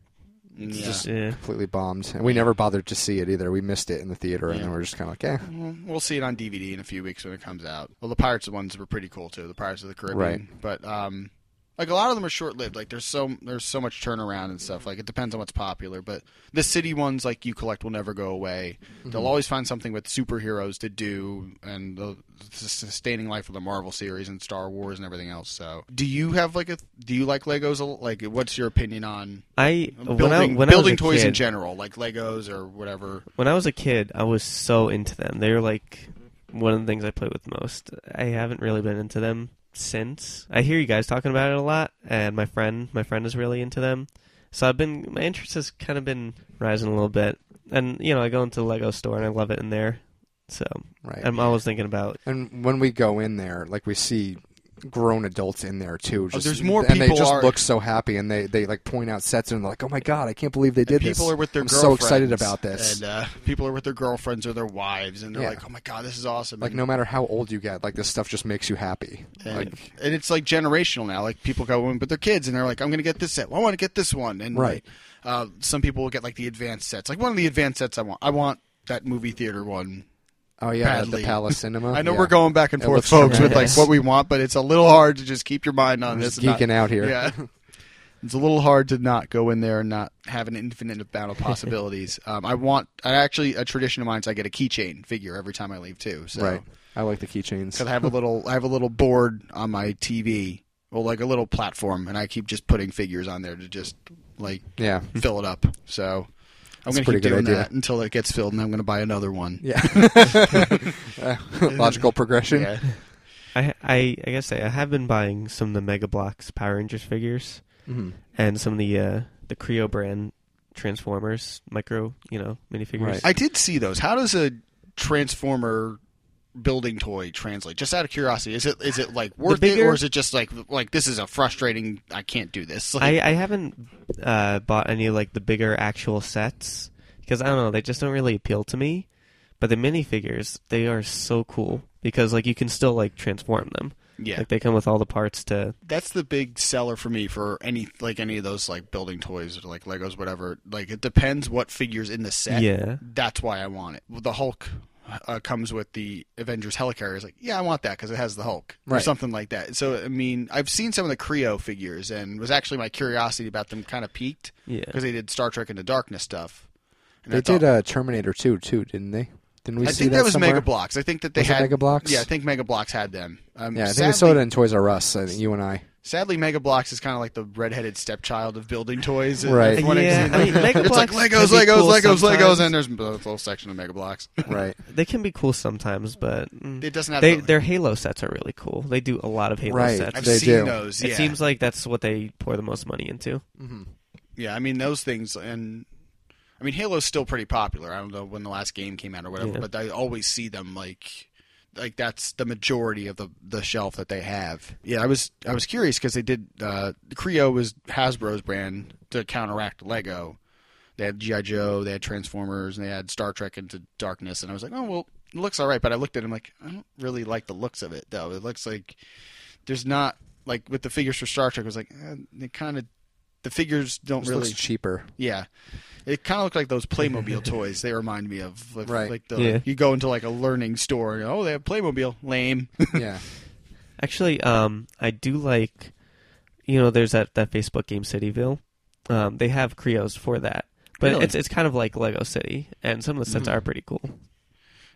Speaker 2: It's
Speaker 1: yeah.
Speaker 2: just, yeah.
Speaker 3: completely bombed, and we never bothered to see it either. We missed it in the theater, and
Speaker 1: Yeah.
Speaker 3: then we are just kind of like, eh.
Speaker 1: Well, we'll see it on DVD in a few weeks when it comes out. Well, the Pirates ones were pretty cool too. The Pirates of the Caribbean,
Speaker 3: Right.
Speaker 1: But um, like a lot of them are short lived. Like there's so there's so much turnaround and stuff. Like it depends on what's popular. But the city ones, like you collect, will never go away.
Speaker 3: Hmm.
Speaker 1: They'll always find something with superheroes to do and the, the sustaining life of the Marvel series and Star Wars and everything else. So, do you have like a do you like Legos? a- Like, what's your opinion on
Speaker 2: I
Speaker 1: building
Speaker 2: when I when
Speaker 1: building
Speaker 2: I was a
Speaker 1: toys
Speaker 2: kid,
Speaker 1: in general, like Legos or whatever?
Speaker 2: when I was a kid, I was so into them. They were like one of the things I played with most. I haven't really been into them since. I hear you guys talking about it a lot, and my friend, my friend is really into them. So I've been, my interest has kind of been rising a little bit. And you know, I go into the Lego store and I love it in there. So
Speaker 3: Right.
Speaker 2: I'm always thinking about
Speaker 3: And when we go in there, like we see grown adults in there too. Just,
Speaker 1: Oh, there's more
Speaker 3: and they
Speaker 1: people
Speaker 3: just
Speaker 1: are-
Speaker 3: look so happy, and they they like point out sets, and they're like, "Oh my god, I can't believe they did
Speaker 1: people
Speaker 3: this."
Speaker 1: are with their
Speaker 3: I'm
Speaker 1: girlfriends.
Speaker 3: so excited about this.
Speaker 1: And uh, people are with their girlfriends or their wives, and they're
Speaker 3: Yeah.
Speaker 1: like, "Oh my god, this is awesome!"
Speaker 3: like
Speaker 1: and,
Speaker 3: no matter how old you get, like this stuff just makes you happy.
Speaker 1: and,
Speaker 3: Like
Speaker 1: and it's like generational now. Like people go in, but they're kids, and they're like, "I'm going to get this set. Well, I want to get this one." And
Speaker 3: Right.
Speaker 1: uh, some people will get like the advanced sets. Like one of the advanced sets I want. I want that movie theater one.
Speaker 3: oh yeah, the-
Speaker 1: badly.
Speaker 3: the Palace
Speaker 1: (laughs)
Speaker 3: Cinema.
Speaker 1: I know
Speaker 3: Uh, yeah.
Speaker 1: we're going back and
Speaker 3: It
Speaker 1: forth,
Speaker 3: looks
Speaker 1: folks, with like
Speaker 2: tremendous.
Speaker 1: what we want, but it's a little hard to just keep your mind on this.
Speaker 3: just
Speaker 1: and not-
Speaker 3: geeking out here. (laughs)
Speaker 1: Yeah. It's a little hard to not go in there and not have an infinite amount of
Speaker 3: (laughs)
Speaker 1: possibilities. um, I want, I actually, a tradition of mine is I get a keychain figure every time I leave too. So,
Speaker 3: right. I like the keychains.
Speaker 1: 'Cause I have a little, I have a little board on my TV, well, like a little platform, and I keep just putting figures on there to just like
Speaker 3: Yeah,
Speaker 1: fill it up. So I'm
Speaker 3: Hmm. That's
Speaker 1: going to
Speaker 3: a pretty
Speaker 1: keep
Speaker 3: good
Speaker 1: doing
Speaker 3: idea.
Speaker 1: that until it gets filled, and I'm going to buy another one. (laughs)
Speaker 3: yeah. (laughs) Uh, Logical progression.
Speaker 1: Yeah.
Speaker 2: I I I guess I, I have been buying some of the Mega Blocks Power Rangers figures.
Speaker 3: Mhm.
Speaker 2: and some of the uh, the Creo brand Transformers micro, you know, minifigures.
Speaker 3: Right.
Speaker 1: I did see those. How does a transformer building toy translate? Just out of curiosity, is it is it like worth it,
Speaker 2: bigger-
Speaker 1: or is it just like like this is a frustrating? I can't do this. (laughs) Like,
Speaker 2: I, I haven't uh, bought any like the bigger actual sets because I don't know, they just don't really appeal to me. But the minifigures, they are so cool because like you can still like transform them.
Speaker 1: Yeah.
Speaker 2: Like they come with all the parts to.
Speaker 1: that's the big seller for me for any like any of those like building toys or like Legos whatever. Like it depends what figures in the set.
Speaker 2: Yeah.
Speaker 1: that's why I want it. The Hulk uh, comes with the Avengers helicarrier. It's like yeah, I want that because it has the Hulk or
Speaker 3: Right.
Speaker 1: something like that. So I mean, I've seen some of the Creo figures and was actually my curiosity about them kind of peaked
Speaker 2: Yeah.
Speaker 1: because they did Star Trek Into Darkness stuff. And I
Speaker 3: They
Speaker 1: thought-
Speaker 3: did uh, Terminator 2 too, didn't they? Didn't we
Speaker 1: I
Speaker 3: see
Speaker 1: think
Speaker 3: that,
Speaker 1: that, was
Speaker 3: somewhere?
Speaker 1: Mega Blocks. I think that they
Speaker 3: Was it
Speaker 1: had
Speaker 3: Mega Bloks?
Speaker 1: Yeah, I think Mega Blocks had them. Um,
Speaker 3: Yeah, I think
Speaker 1: sadly,
Speaker 3: we saw it in Toys R Us. I think you
Speaker 1: (laughs)
Speaker 3: and I.
Speaker 1: Sadly, Mega Blocks is kind of like the redheaded stepchild of building toys. and
Speaker 3: Right.
Speaker 1: from what I've
Speaker 2: Yeah,
Speaker 1: seen,
Speaker 2: I mean,
Speaker 1: (laughs)
Speaker 2: Mega
Speaker 1: it's like
Speaker 2: Blocks can
Speaker 1: Legos,
Speaker 2: be
Speaker 1: Legos,
Speaker 2: cool
Speaker 1: Legos,
Speaker 2: sometimes.
Speaker 1: Legos, and there's a little section of Mega Blocks.
Speaker 3: Right.
Speaker 2: They can be cool sometimes, but mm,
Speaker 1: It doesn't have.
Speaker 2: they
Speaker 1: the-
Speaker 2: their Halo sets are really cool. They do a lot of Halo
Speaker 3: Right.
Speaker 2: sets.
Speaker 1: I've
Speaker 3: they
Speaker 1: seen
Speaker 3: do.
Speaker 1: those. Yeah.
Speaker 2: It seems like that's what they pour the most money into.
Speaker 3: Mm-hmm.
Speaker 1: yeah, I mean those things, and I mean Halo's still pretty popular. I don't know when the last game came out or whatever,
Speaker 2: Yeah.
Speaker 1: but I always see them like. Like that's the majority of the the shelf that they have. Yeah, I was I was curious because they did uh, Creo was Hasbro's brand to counteract Lego, They had GI Joe, they had Transformers, and they had Star Trek Into Darkness, and I was like, oh well, it looks all right. But I looked at him like I don't really like the looks of it though. It looks like there's not like with the figures for Star Trek. I was like eh, they kind of the figures don't really
Speaker 3: looks
Speaker 1: (laughs)
Speaker 3: cheaper.
Speaker 1: yeah. It kind of looked like those Playmobil toys. They remind me of like,
Speaker 3: Right.
Speaker 1: like the
Speaker 2: Yeah.
Speaker 1: you go into like a learning store and oh they have Playmobil lame (laughs)
Speaker 3: yeah.
Speaker 2: Actually, um, I do like, you know, there's that, that Facebook game Cityville. Um, they have Creos for that, but
Speaker 1: Really?
Speaker 2: it's it's kind of like Lego City, and some of the sets
Speaker 3: Mm-hmm.
Speaker 2: are pretty cool.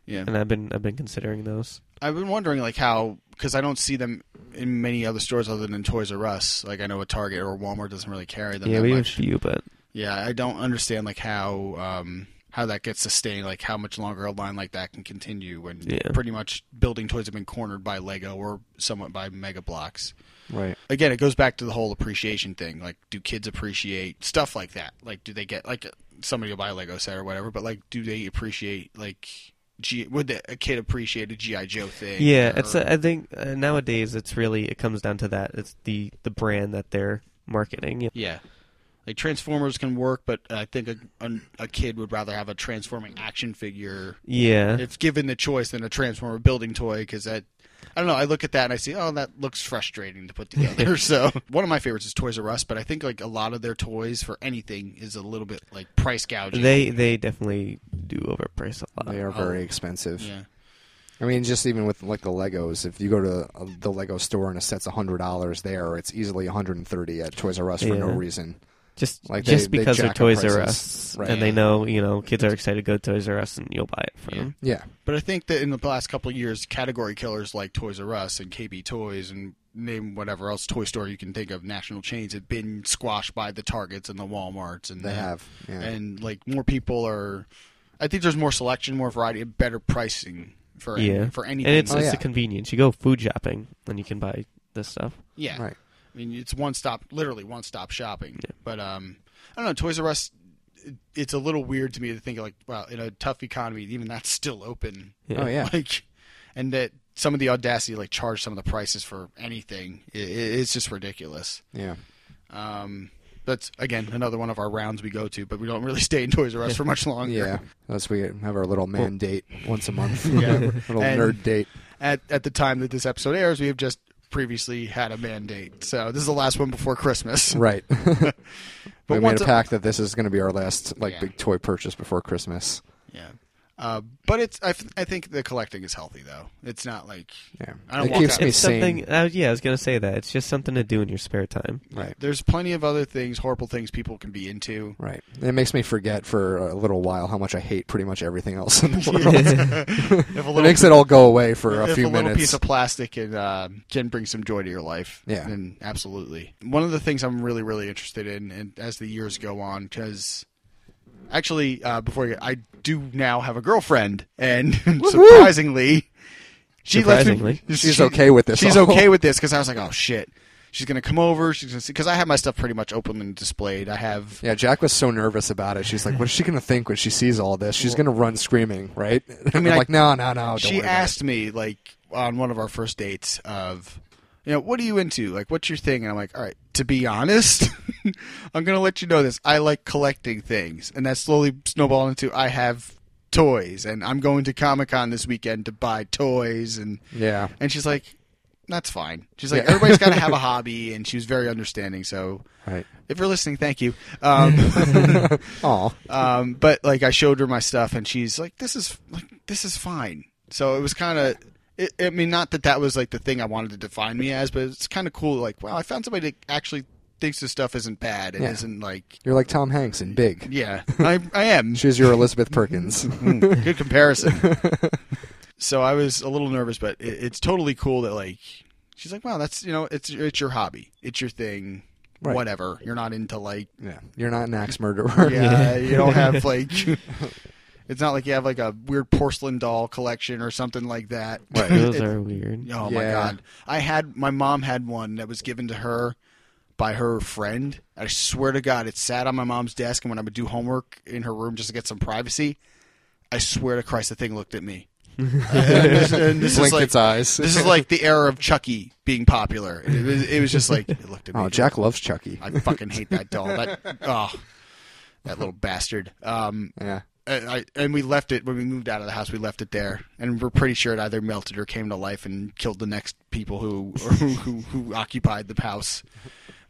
Speaker 1: yeah.
Speaker 2: And I've been I've been considering those.
Speaker 1: I've been wondering like how because I don't see them in many other stores other than Toys R Us. Like I know a Target or Walmart doesn't really carry them.
Speaker 2: yeah,
Speaker 1: that
Speaker 2: we have a
Speaker 1: much.
Speaker 2: few, but
Speaker 1: Yeah, I don't understand like how um how that gets sustained, like how much longer a line like that can continue when
Speaker 2: Yeah.
Speaker 1: pretty much building toys have been cornered by Lego or somewhat by Mega Blocks.
Speaker 3: Right.
Speaker 1: Again, it goes back to the whole appreciation thing. Like, do kids appreciate stuff like that? Like, do they get like somebody will buy a Lego set or whatever, but like, do they appreciate like? G- would the, a kid appreciate a GI Joe thing?
Speaker 2: yeah,
Speaker 1: or-
Speaker 2: it's uh, I think uh, nowadays it's really it comes down to that. It's the the brand that they're marketing. Yeah.
Speaker 1: Yeah. Like Transformers can work, but I think a, a, a kid would rather have a transforming action figure
Speaker 2: Yeah.
Speaker 1: if given the choice than a Transformer building toy because that. I don't know. I look at that and I see, oh, that looks frustrating to put together. (laughs) so one of my favorites is Toys R Us, but I think like a lot of their toys for anything is a little bit like price gouging.
Speaker 2: They they definitely do overprice a lot.
Speaker 3: They are very expensive.
Speaker 1: Uh, oh. yeah,
Speaker 3: I mean, just even with like the Legos, if you go to uh, the Lego store and a set's hundred dollars there, it's easily 130 at Toys R Us for no
Speaker 2: Yeah.
Speaker 3: reason.
Speaker 2: Just
Speaker 3: Like,
Speaker 2: just
Speaker 3: they- they
Speaker 2: because they are
Speaker 3: jack up
Speaker 2: Toys R
Speaker 3: prices.
Speaker 2: Us
Speaker 3: Right.
Speaker 2: and they know you know kids are excited to go to Toys R Us and you'll buy it for
Speaker 1: Yeah.
Speaker 2: them.
Speaker 3: Yeah.
Speaker 1: but I think that in the last couple of years, category killers like Toys R Us and KB Toys and name whatever else toy store you can think of, national chains, have been squashed by the Targets and the WalMarts and
Speaker 3: They
Speaker 1: the-
Speaker 3: have. Yeah.
Speaker 1: and like more people are. I think there's more selection, more variety, and better pricing for
Speaker 2: Yeah.
Speaker 1: for
Speaker 2: And
Speaker 1: anything.
Speaker 2: it's
Speaker 3: Oh,
Speaker 2: it's
Speaker 3: yeah.
Speaker 2: a convenience. You go food shopping and you can buy this stuff.
Speaker 1: yeah,
Speaker 3: Right.
Speaker 1: I mean, it's one stop, literally one stop shopping. But um, I don't know. Toys R Us, it, it's a little weird to me to think like, well, in a tough economy, even that's still open.
Speaker 2: Yeah.
Speaker 3: Oh yeah.
Speaker 1: (laughs) Like, and that some of the audacity to, like charge some of the prices for anything, i i it's just ridiculous.
Speaker 3: Yeah.
Speaker 1: Um, that's again another one of our rounds we go to, but we don't really (laughs) stay in Toys R Us for much longer.
Speaker 3: Yeah. Unless we have our little man date once
Speaker 2: (laughs)
Speaker 3: a month.
Speaker 1: Yeah.
Speaker 3: (laughs) little
Speaker 1: And-
Speaker 3: nerd date.
Speaker 1: at at the time that this episode airs, we have just previously had a mandate. So this is the last one before Christmas.
Speaker 3: Right. (laughs) we made
Speaker 1: once
Speaker 3: a
Speaker 1: a-
Speaker 3: pact that this is going to be our last like
Speaker 1: Yeah.
Speaker 3: big toy purchase before Christmas.
Speaker 1: Yeah. Uh, but it's I, f- I think the collecting is healthy though. It's not like
Speaker 3: Yeah.
Speaker 1: I don't
Speaker 3: it
Speaker 1: want
Speaker 3: keeps
Speaker 1: that.
Speaker 3: me
Speaker 2: It's something.
Speaker 3: sane.
Speaker 2: Uh, yeah, I was gonna say that. It's just something to do in your spare time.
Speaker 3: Right.
Speaker 1: there's plenty of other things, horrible things people can be into.
Speaker 3: Right. It makes me forget for a little while how much I hate pretty much everything
Speaker 1: (laughs)
Speaker 3: else in the (laughs) world.
Speaker 1: If a
Speaker 3: it makes it all go away for a
Speaker 1: if
Speaker 3: few
Speaker 1: a little
Speaker 3: minutes.
Speaker 1: piece of plastic and, uh, can bring some joy to your life,
Speaker 3: Yeah.
Speaker 1: then absolutely. One of the things I'm really, really interested in, and as the years go on, because actually, uh, before you, I do now have a girlfriend, and (laughs) surprisingly, she
Speaker 2: Surprisingly.
Speaker 1: lets me.
Speaker 3: She's okay with this
Speaker 1: She's
Speaker 3: all.
Speaker 1: okay with this because I was like, oh shit, she's gonna come over. She's gonna see because I have my stuff pretty much open and displayed. I have
Speaker 3: yeah, Jack was so nervous about it. She's like, "What is she going to think when she sees all this? She's going to run screaming, right?" (laughs) I
Speaker 1: mean,
Speaker 3: am
Speaker 1: I-
Speaker 3: like, "No, no, no." Oh, Don't worry
Speaker 1: she
Speaker 3: about it."
Speaker 1: asked me like on one of our first dates of you know what are you into like what's your thing and i'm like all right to be honest (laughs) i'm gonna let you know this i like collecting things and that slowly snowballed into i have toys and i'm going to comic-con this weekend to buy toys and
Speaker 3: "Yeah,
Speaker 1: and she's like that's fine. She's like, everybody's got to
Speaker 3: (laughs)
Speaker 1: have a hobby, and she was very understanding. So (laughs)
Speaker 3: Right. (laughs)
Speaker 1: if you're listening, thank you. Um,
Speaker 3: Aw.
Speaker 1: um, but like I showed her my stuff, and she's like, "This is like this is fine." So it was kind of. I mean, not that that was like the thing I wanted to define me as, but it's kind of cool. Like, wow, I found somebody that actually thinks this stuff isn't bad and
Speaker 3: Yeah.
Speaker 1: isn't like,
Speaker 3: You're like Tom Hanks in Big.
Speaker 1: yeah, I, I am.
Speaker 3: She's your
Speaker 1: (laughs)
Speaker 3: Elizabeth Perkins. (laughs)
Speaker 1: Good comparison. so I was a little nervous, but it, it's totally cool that like she's like, wow, that's you know, it's it's your hobby, it's your thing,
Speaker 3: Right.
Speaker 1: whatever. You're not into like
Speaker 3: yeah. You're not an axe (laughs) murderer.
Speaker 1: yeah, you don't have like. (laughs) It's not like you have like a weird porcelain doll collection or something like that.
Speaker 3: Right.
Speaker 2: Those
Speaker 1: (laughs) It-
Speaker 2: are weird.
Speaker 1: oh my
Speaker 3: Yeah.
Speaker 1: god! I had my mom had one that was given to her by her friend. I swear to God, it sat on my mom's desk, and when I would do homework in her room just to get some privacy, I swear to Christ, the thing looked at me. and this, (laughs) and this is
Speaker 3: Blink
Speaker 1: like
Speaker 3: its eyes.
Speaker 1: this is like the era of Chucky being popular. It was, it was just like it looked at me.
Speaker 3: (laughs) oh, Jack loves Chucky.
Speaker 1: I fucking hate that doll. That oh, that little bastard. Um,
Speaker 3: Yeah.
Speaker 1: I, I- and we left it when we moved out of the house. We left it there, and we're pretty sure it either melted or came to life and killed the next people who or who, who, who occupied the house.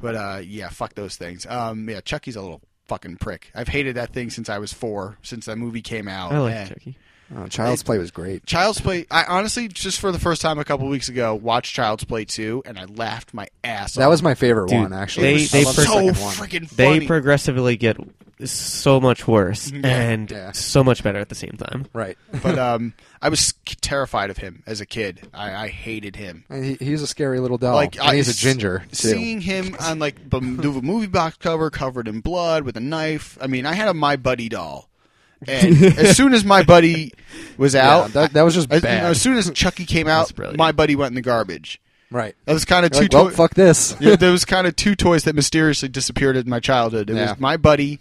Speaker 1: But uh, yeah, fuck those things. Um, yeah, Chucky's a little fucking prick. I've hated that thing since I was four, since that movie came out.
Speaker 2: I like
Speaker 1: And-
Speaker 2: Chucky.
Speaker 3: Oh, Child's Play was great.
Speaker 1: Child's Play. I honestly just for the first time a couple weeks ago watched Child's Play two, and I laughed my ass.
Speaker 3: That
Speaker 1: off.
Speaker 3: was my favorite
Speaker 2: Dude,
Speaker 3: one, actually.
Speaker 1: It
Speaker 2: they-
Speaker 3: I
Speaker 1: was
Speaker 2: they
Speaker 3: love the
Speaker 2: first-
Speaker 1: so
Speaker 3: second one.
Speaker 1: freaking funny.
Speaker 2: They progressively get so much worse and
Speaker 3: Yeah.
Speaker 2: so much better at the same time.
Speaker 3: Right. (laughs)
Speaker 1: but um, I was terrified of him as a kid. I, I hated him.
Speaker 3: And he, he's a scary little doll.
Speaker 1: Like
Speaker 3: Oh, and
Speaker 1: I-
Speaker 3: he's a ginger, too.
Speaker 1: Seeing him on like the the movie box cover, covered in blood with a knife. I mean, I had a My Buddy doll,
Speaker 3: (laughs)
Speaker 1: and as soon as My Buddy was
Speaker 3: Yeah,
Speaker 1: out,
Speaker 3: that, that was just
Speaker 1: as, you know,
Speaker 3: bad.
Speaker 1: as soon as Chucky came
Speaker 2: That's
Speaker 1: out,
Speaker 2: brilliant.
Speaker 1: My Buddy went in the garbage.
Speaker 3: right.
Speaker 1: That was kind of
Speaker 3: You're
Speaker 1: two.
Speaker 3: like, well,
Speaker 1: toy-
Speaker 3: fuck this.
Speaker 1: (laughs) yeah, there was kind of two toys that mysteriously disappeared in my childhood. It
Speaker 3: Yeah.
Speaker 1: was my buddy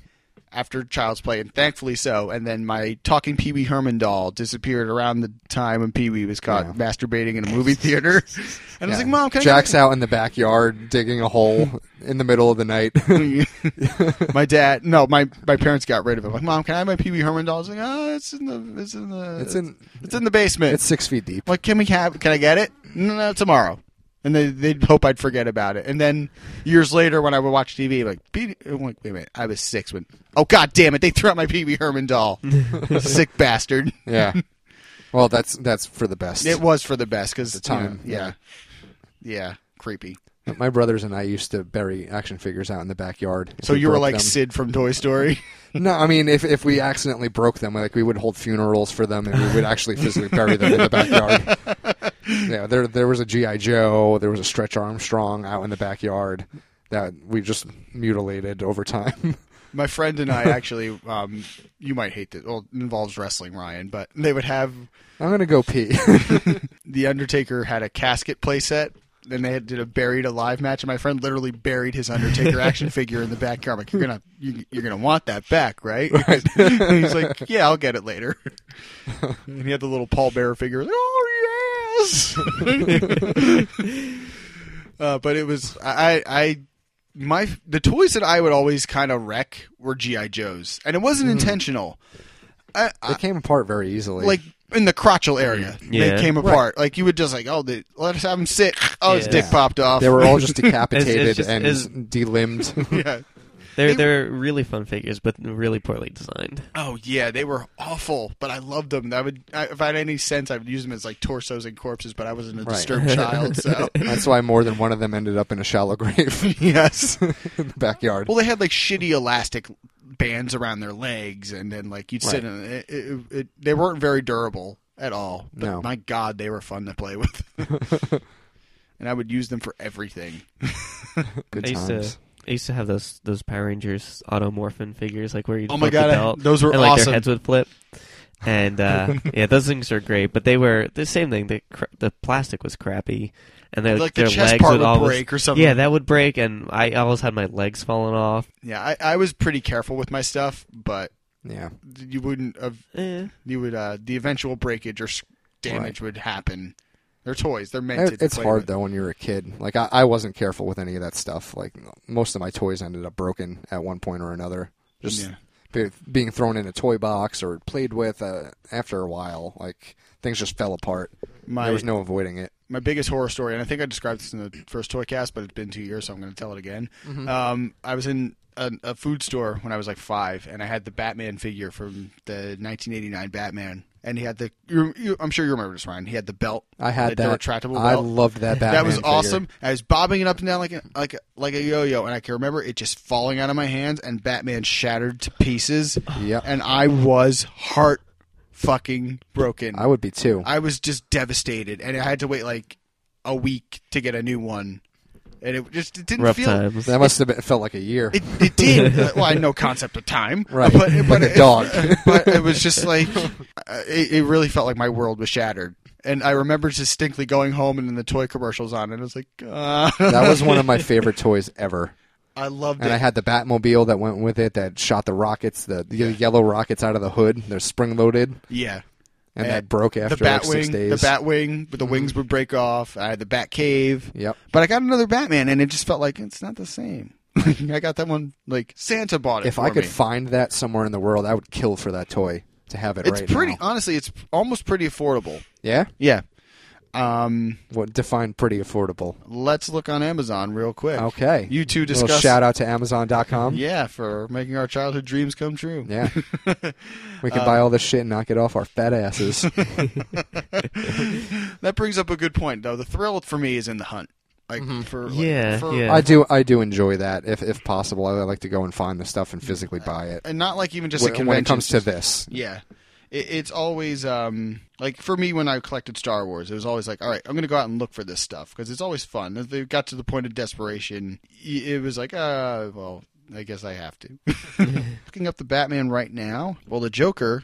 Speaker 1: after Child's Play, and thankfully so, and then my talking Pee Wee Herman doll disappeared around the time when Pee Wee was caught
Speaker 3: Yeah.
Speaker 1: masturbating in a movie
Speaker 3: (laughs)
Speaker 1: theater. And I was
Speaker 3: Yeah.
Speaker 1: like, Mom, can
Speaker 3: Jack's out in the backyard digging a hole in the middle of the night. (laughs)
Speaker 1: I get my-" (laughs) my dad? No, my my parents got rid of it. I'm like, Mom, can I have my Pee Wee Herman doll? I was like, Oh, it's in the it's in the
Speaker 3: it's in.
Speaker 1: it's in the basement.
Speaker 3: It's six feet deep.
Speaker 1: Like, can we have? Can I get it? No, no, tomorrow. And they, they'd hope I'd forget about it. And then years later, when I would watch TV, like, P- I'm like, wait a minute, I was six when. Oh God damn it! They threw out my Pee Wee Herman (laughs) doll. Sick bastard. (laughs)
Speaker 3: Yeah. well, that's that's for the best.
Speaker 1: It was for the best because the
Speaker 3: time,
Speaker 1: yeah, yeah, creepy.
Speaker 3: My brothers and I used to bury action figures out in the backyard. if
Speaker 1: So
Speaker 3: we
Speaker 1: you were
Speaker 3: broke
Speaker 1: like
Speaker 3: them.
Speaker 1: Sid from Toy (laughs) Story.
Speaker 3: no, I mean, if if we accidentally broke them, like we would hold funerals for them, and we would actually physically bury them in the
Speaker 1: (laughs)
Speaker 3: backyard. yeah, there there was a GI Joe, there was a Stretch Armstrong out in the backyard that we just mutilated over time. (laughs)
Speaker 1: My friend and I actually, um, you might hate this. Well, it involves wrestling, Ryan, but they would have
Speaker 3: I'm gonna go pee. (laughs)
Speaker 1: the Undertaker had a casket playset. Then they had, did a buried alive match, and my friend literally buried his Undertaker action figure in the backyard. I'm like, you're gonna, you, you're gonna want that back, right? And (laughs) he's like, yeah, I'll get it later. and he had the little Paul Bearer figure. Like, oh yes. uh, but it was I, I, my the toys that I would always kind of wreck were GI Joes, and it wasn't intentional. I,
Speaker 3: they came apart very easily.
Speaker 1: Uh, like in the crotchal area.
Speaker 2: Mm, Yeah.
Speaker 1: They came apart. Like you would just like, oh, they, let's have him sit. Oh, his
Speaker 2: Yeah.
Speaker 1: dick popped off.
Speaker 3: they were all just decapitated
Speaker 2: just-
Speaker 3: and
Speaker 2: it's-
Speaker 3: delimbed.
Speaker 1: (laughs) yeah.
Speaker 2: They're
Speaker 1: They-
Speaker 2: they're really fun figures, but really poorly designed.
Speaker 1: Oh yeah, they were awful, but I loved them. I would, I, if I had any sense, I would use them as like torsos and corpses. But I wasn't a
Speaker 2: (laughs)
Speaker 3: Right.
Speaker 1: disturbed child, so (laughs)
Speaker 3: That's why more than one of them ended up in a shallow (laughs) grave
Speaker 1: yes.
Speaker 3: in the backyard.
Speaker 1: Well, they had like shitty elastic bands around their legs, and then like you'd sit in it, it, it. They weren't very durable at all. But
Speaker 3: No.
Speaker 1: my God, they were fun to play
Speaker 2: (laughs)
Speaker 1: with. and I would use them for everything.
Speaker 3: Good
Speaker 2: I used
Speaker 3: times.
Speaker 2: to I used to have those those Power Rangers automorphin figures, like where you
Speaker 1: Oh my
Speaker 2: the
Speaker 1: God, I-
Speaker 2: belt,
Speaker 1: those were
Speaker 2: and like
Speaker 1: awesome.
Speaker 2: their heads would flip.
Speaker 1: (laughs)
Speaker 2: And uh, yeah, those things are great, but they were the same thing. The cr- the plastic was crappy, and their
Speaker 1: Like the
Speaker 2: their
Speaker 1: chest
Speaker 2: legs
Speaker 1: part
Speaker 2: would
Speaker 1: would
Speaker 2: always
Speaker 1: break or something.
Speaker 2: Yeah, that would break, and I always had my legs falling off.
Speaker 1: Yeah, I, I was pretty careful with my stuff, but
Speaker 3: Yeah.
Speaker 1: you wouldn't have
Speaker 2: Eh.
Speaker 1: you would uh, the eventual breakage or s- damage would happen. They're toys. They're meant
Speaker 3: It-
Speaker 1: to.
Speaker 3: it's
Speaker 1: play
Speaker 3: hard
Speaker 1: with.
Speaker 3: though when you're a kid. Like I, I wasn't careful with any of that stuff. Like most of my toys ended up broken at one point or another. Just
Speaker 1: Yeah.
Speaker 3: be, being thrown in a toy box or played with. Uh, after a while, like things just fell apart.
Speaker 1: My
Speaker 3: there was no avoiding it.
Speaker 1: my biggest horror story, and I think I described this in the first toy cast, but it's been two years, so I'm going to tell it again.
Speaker 2: Mm-hmm.
Speaker 1: Um, I was in a, a food store when I was like five, and I had the Batman figure from the 1989 Batman, and he had the. You, you, I'm sure you remember this, Ryan. He had the belt.
Speaker 3: I had
Speaker 1: the,
Speaker 3: that.
Speaker 1: The retractable
Speaker 3: I
Speaker 1: belt.
Speaker 3: loved that. Batman
Speaker 1: that was
Speaker 3: figure.
Speaker 1: awesome. I was bobbing it up and down like a, like a, like a yo-yo, and I can remember it just falling out of my hands, and Batman shattered to
Speaker 3: (sighs)
Speaker 1: pieces.
Speaker 3: Yep.
Speaker 1: and I was heart fucking broken.
Speaker 3: I would be too.
Speaker 1: I was just devastated, and I had to wait like a week to get a new one, and it just it didn't
Speaker 2: Rough
Speaker 1: feel.
Speaker 2: times.
Speaker 3: that must have been, felt like a year.
Speaker 1: It, it
Speaker 3: (laughs)
Speaker 1: did. Uh, well, I had no concept of time,
Speaker 3: Right.
Speaker 1: But, but
Speaker 3: Like a dog.
Speaker 1: it, (laughs) but it was just like uh, it, it really felt like my world was shattered, and I remember distinctly going home and then the toy commercials on, and I was like, (laughs) uh,
Speaker 3: that was one
Speaker 1: (laughs)
Speaker 3: of my favorite toys ever.
Speaker 1: I loved
Speaker 3: And
Speaker 1: it.
Speaker 3: I had the Batmobile that went with it that shot the rockets, the, the yellow rockets out of the hood. They're spring loaded, and
Speaker 1: yeah.
Speaker 3: that broke after
Speaker 1: the bat
Speaker 3: like six
Speaker 1: wing,
Speaker 3: days. Mm-hmm.
Speaker 1: the bat wing, but the wings would break off. I had the bat cave.
Speaker 3: Yep.
Speaker 1: But I got another Batman, and it just felt like it's not the same. (laughs) I got that one like Santa bought it.
Speaker 3: If
Speaker 1: for
Speaker 3: I could
Speaker 1: me.
Speaker 3: find that somewhere in the world, I would kill for that toy to have it
Speaker 1: it's
Speaker 3: right
Speaker 1: pretty.
Speaker 3: now.
Speaker 1: Honestly, it's almost pretty affordable.
Speaker 3: Yeah,
Speaker 1: Yeah. Um,
Speaker 3: what define pretty affordable?
Speaker 1: let's look on Amazon real quick.
Speaker 3: Okay,
Speaker 1: Oh, You two
Speaker 3: Little
Speaker 1: discuss.
Speaker 3: shout out to Amazon.com.
Speaker 1: Yeah, for making our childhood dreams come true. (laughs)
Speaker 3: Yeah. we
Speaker 1: Uh,
Speaker 3: can buy all this shit and knock it off our
Speaker 1: (laughs)
Speaker 3: fat asses.
Speaker 1: That brings up a good point, though. The thrill for me is in the hunt. Like
Speaker 3: Mm-hmm.
Speaker 1: for like,
Speaker 2: Yeah,
Speaker 1: for-
Speaker 2: yeah.
Speaker 3: I do I do enjoy that if if possible. I like to go and find the stuff and physically buy it.
Speaker 1: and not like even just a
Speaker 3: When,
Speaker 1: convention.
Speaker 3: when it comes to
Speaker 1: just-
Speaker 3: this.
Speaker 1: Yeah. It, it's always um, like for me when I collected Star Wars, it was always like, all right, I'm going to go out and look for this stuff because it's always fun. As they got to the point of desperation, y- it was like, uh, well, I guess I have to. (laughs) Looking up the Batman right now. Well, the Joker,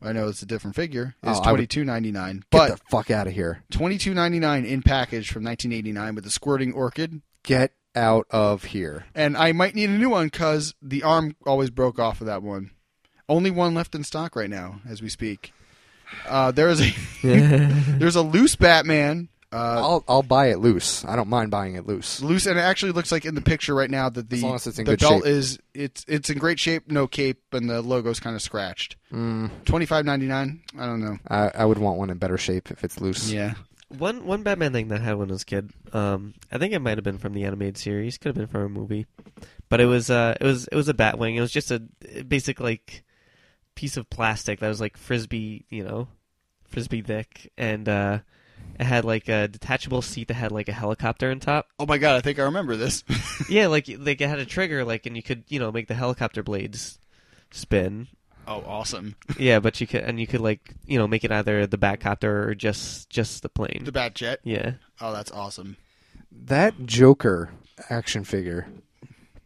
Speaker 1: I know it's a different figure, is
Speaker 3: Oh, I
Speaker 1: twenty
Speaker 3: would-
Speaker 1: two ninety nine,
Speaker 3: Get
Speaker 1: but
Speaker 3: the fuck out of here.
Speaker 1: twenty two ninety nine in package from nineteen eighty nine with the squirting orchid.
Speaker 3: Get out of here.
Speaker 1: And I might need a new one because the arm always broke off of that one. Only one left in stock right now as we speak. Uh, there is a (laughs) there's a loose Batman. Uh,
Speaker 3: I'll I'll buy it loose. I don't mind buying it loose.
Speaker 1: loose, and it actually looks like in the picture right now that the
Speaker 3: As long as it's in
Speaker 1: the
Speaker 3: good
Speaker 1: belt
Speaker 3: shape.
Speaker 1: is it's it's in great shape, no cape, and the logo's kind of scratched. Twenty five ninety nine. I don't know.
Speaker 3: Mm, I, I would want one in better shape if it's loose.
Speaker 1: Yeah.
Speaker 2: One one Batman thing that I had when I was a kid, um, I think it might have been from the animated series, could have been from a movie, but it was uh, it was it was a Batwing. It was just a basic like piece of plastic that was like frisbee, you know, frisbee thick, and uh, it had like a detachable seat that had like a helicopter on top.
Speaker 1: Oh my god, I think I remember this. (laughs)
Speaker 2: yeah, like like it had a trigger, like and you could you know make the helicopter blades spin.
Speaker 1: oh, awesome!
Speaker 2: Yeah, but you could and you could like you know make it either the Batcopter or just just the plane.
Speaker 1: The Bat Jet.
Speaker 2: yeah.
Speaker 1: Oh, that's awesome.
Speaker 3: That Joker action figure.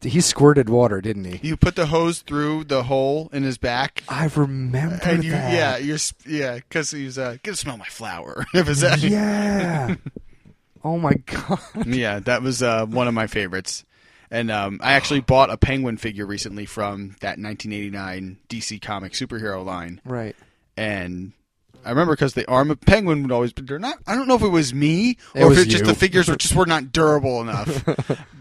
Speaker 3: He squirted water, didn't he?
Speaker 1: You put the hose through the hole in his back,
Speaker 3: I remember
Speaker 1: and you
Speaker 3: that.
Speaker 1: yeah you're sp- yeah because he's uh get to smell my flower (laughs) It was that-
Speaker 3: (laughs) Yeah. oh my god. (laughs)
Speaker 1: yeah that was uh one of my favorites and um i actually bought a penguin figure recently from that 1989 dc comic superhero line
Speaker 3: Right.
Speaker 1: and I remember because the arm of penguin would always be they're not. I don't know if it was me
Speaker 3: It
Speaker 1: or
Speaker 3: was
Speaker 1: if it's just
Speaker 3: you.
Speaker 1: the figures
Speaker 3: (laughs)
Speaker 1: were just were not durable enough.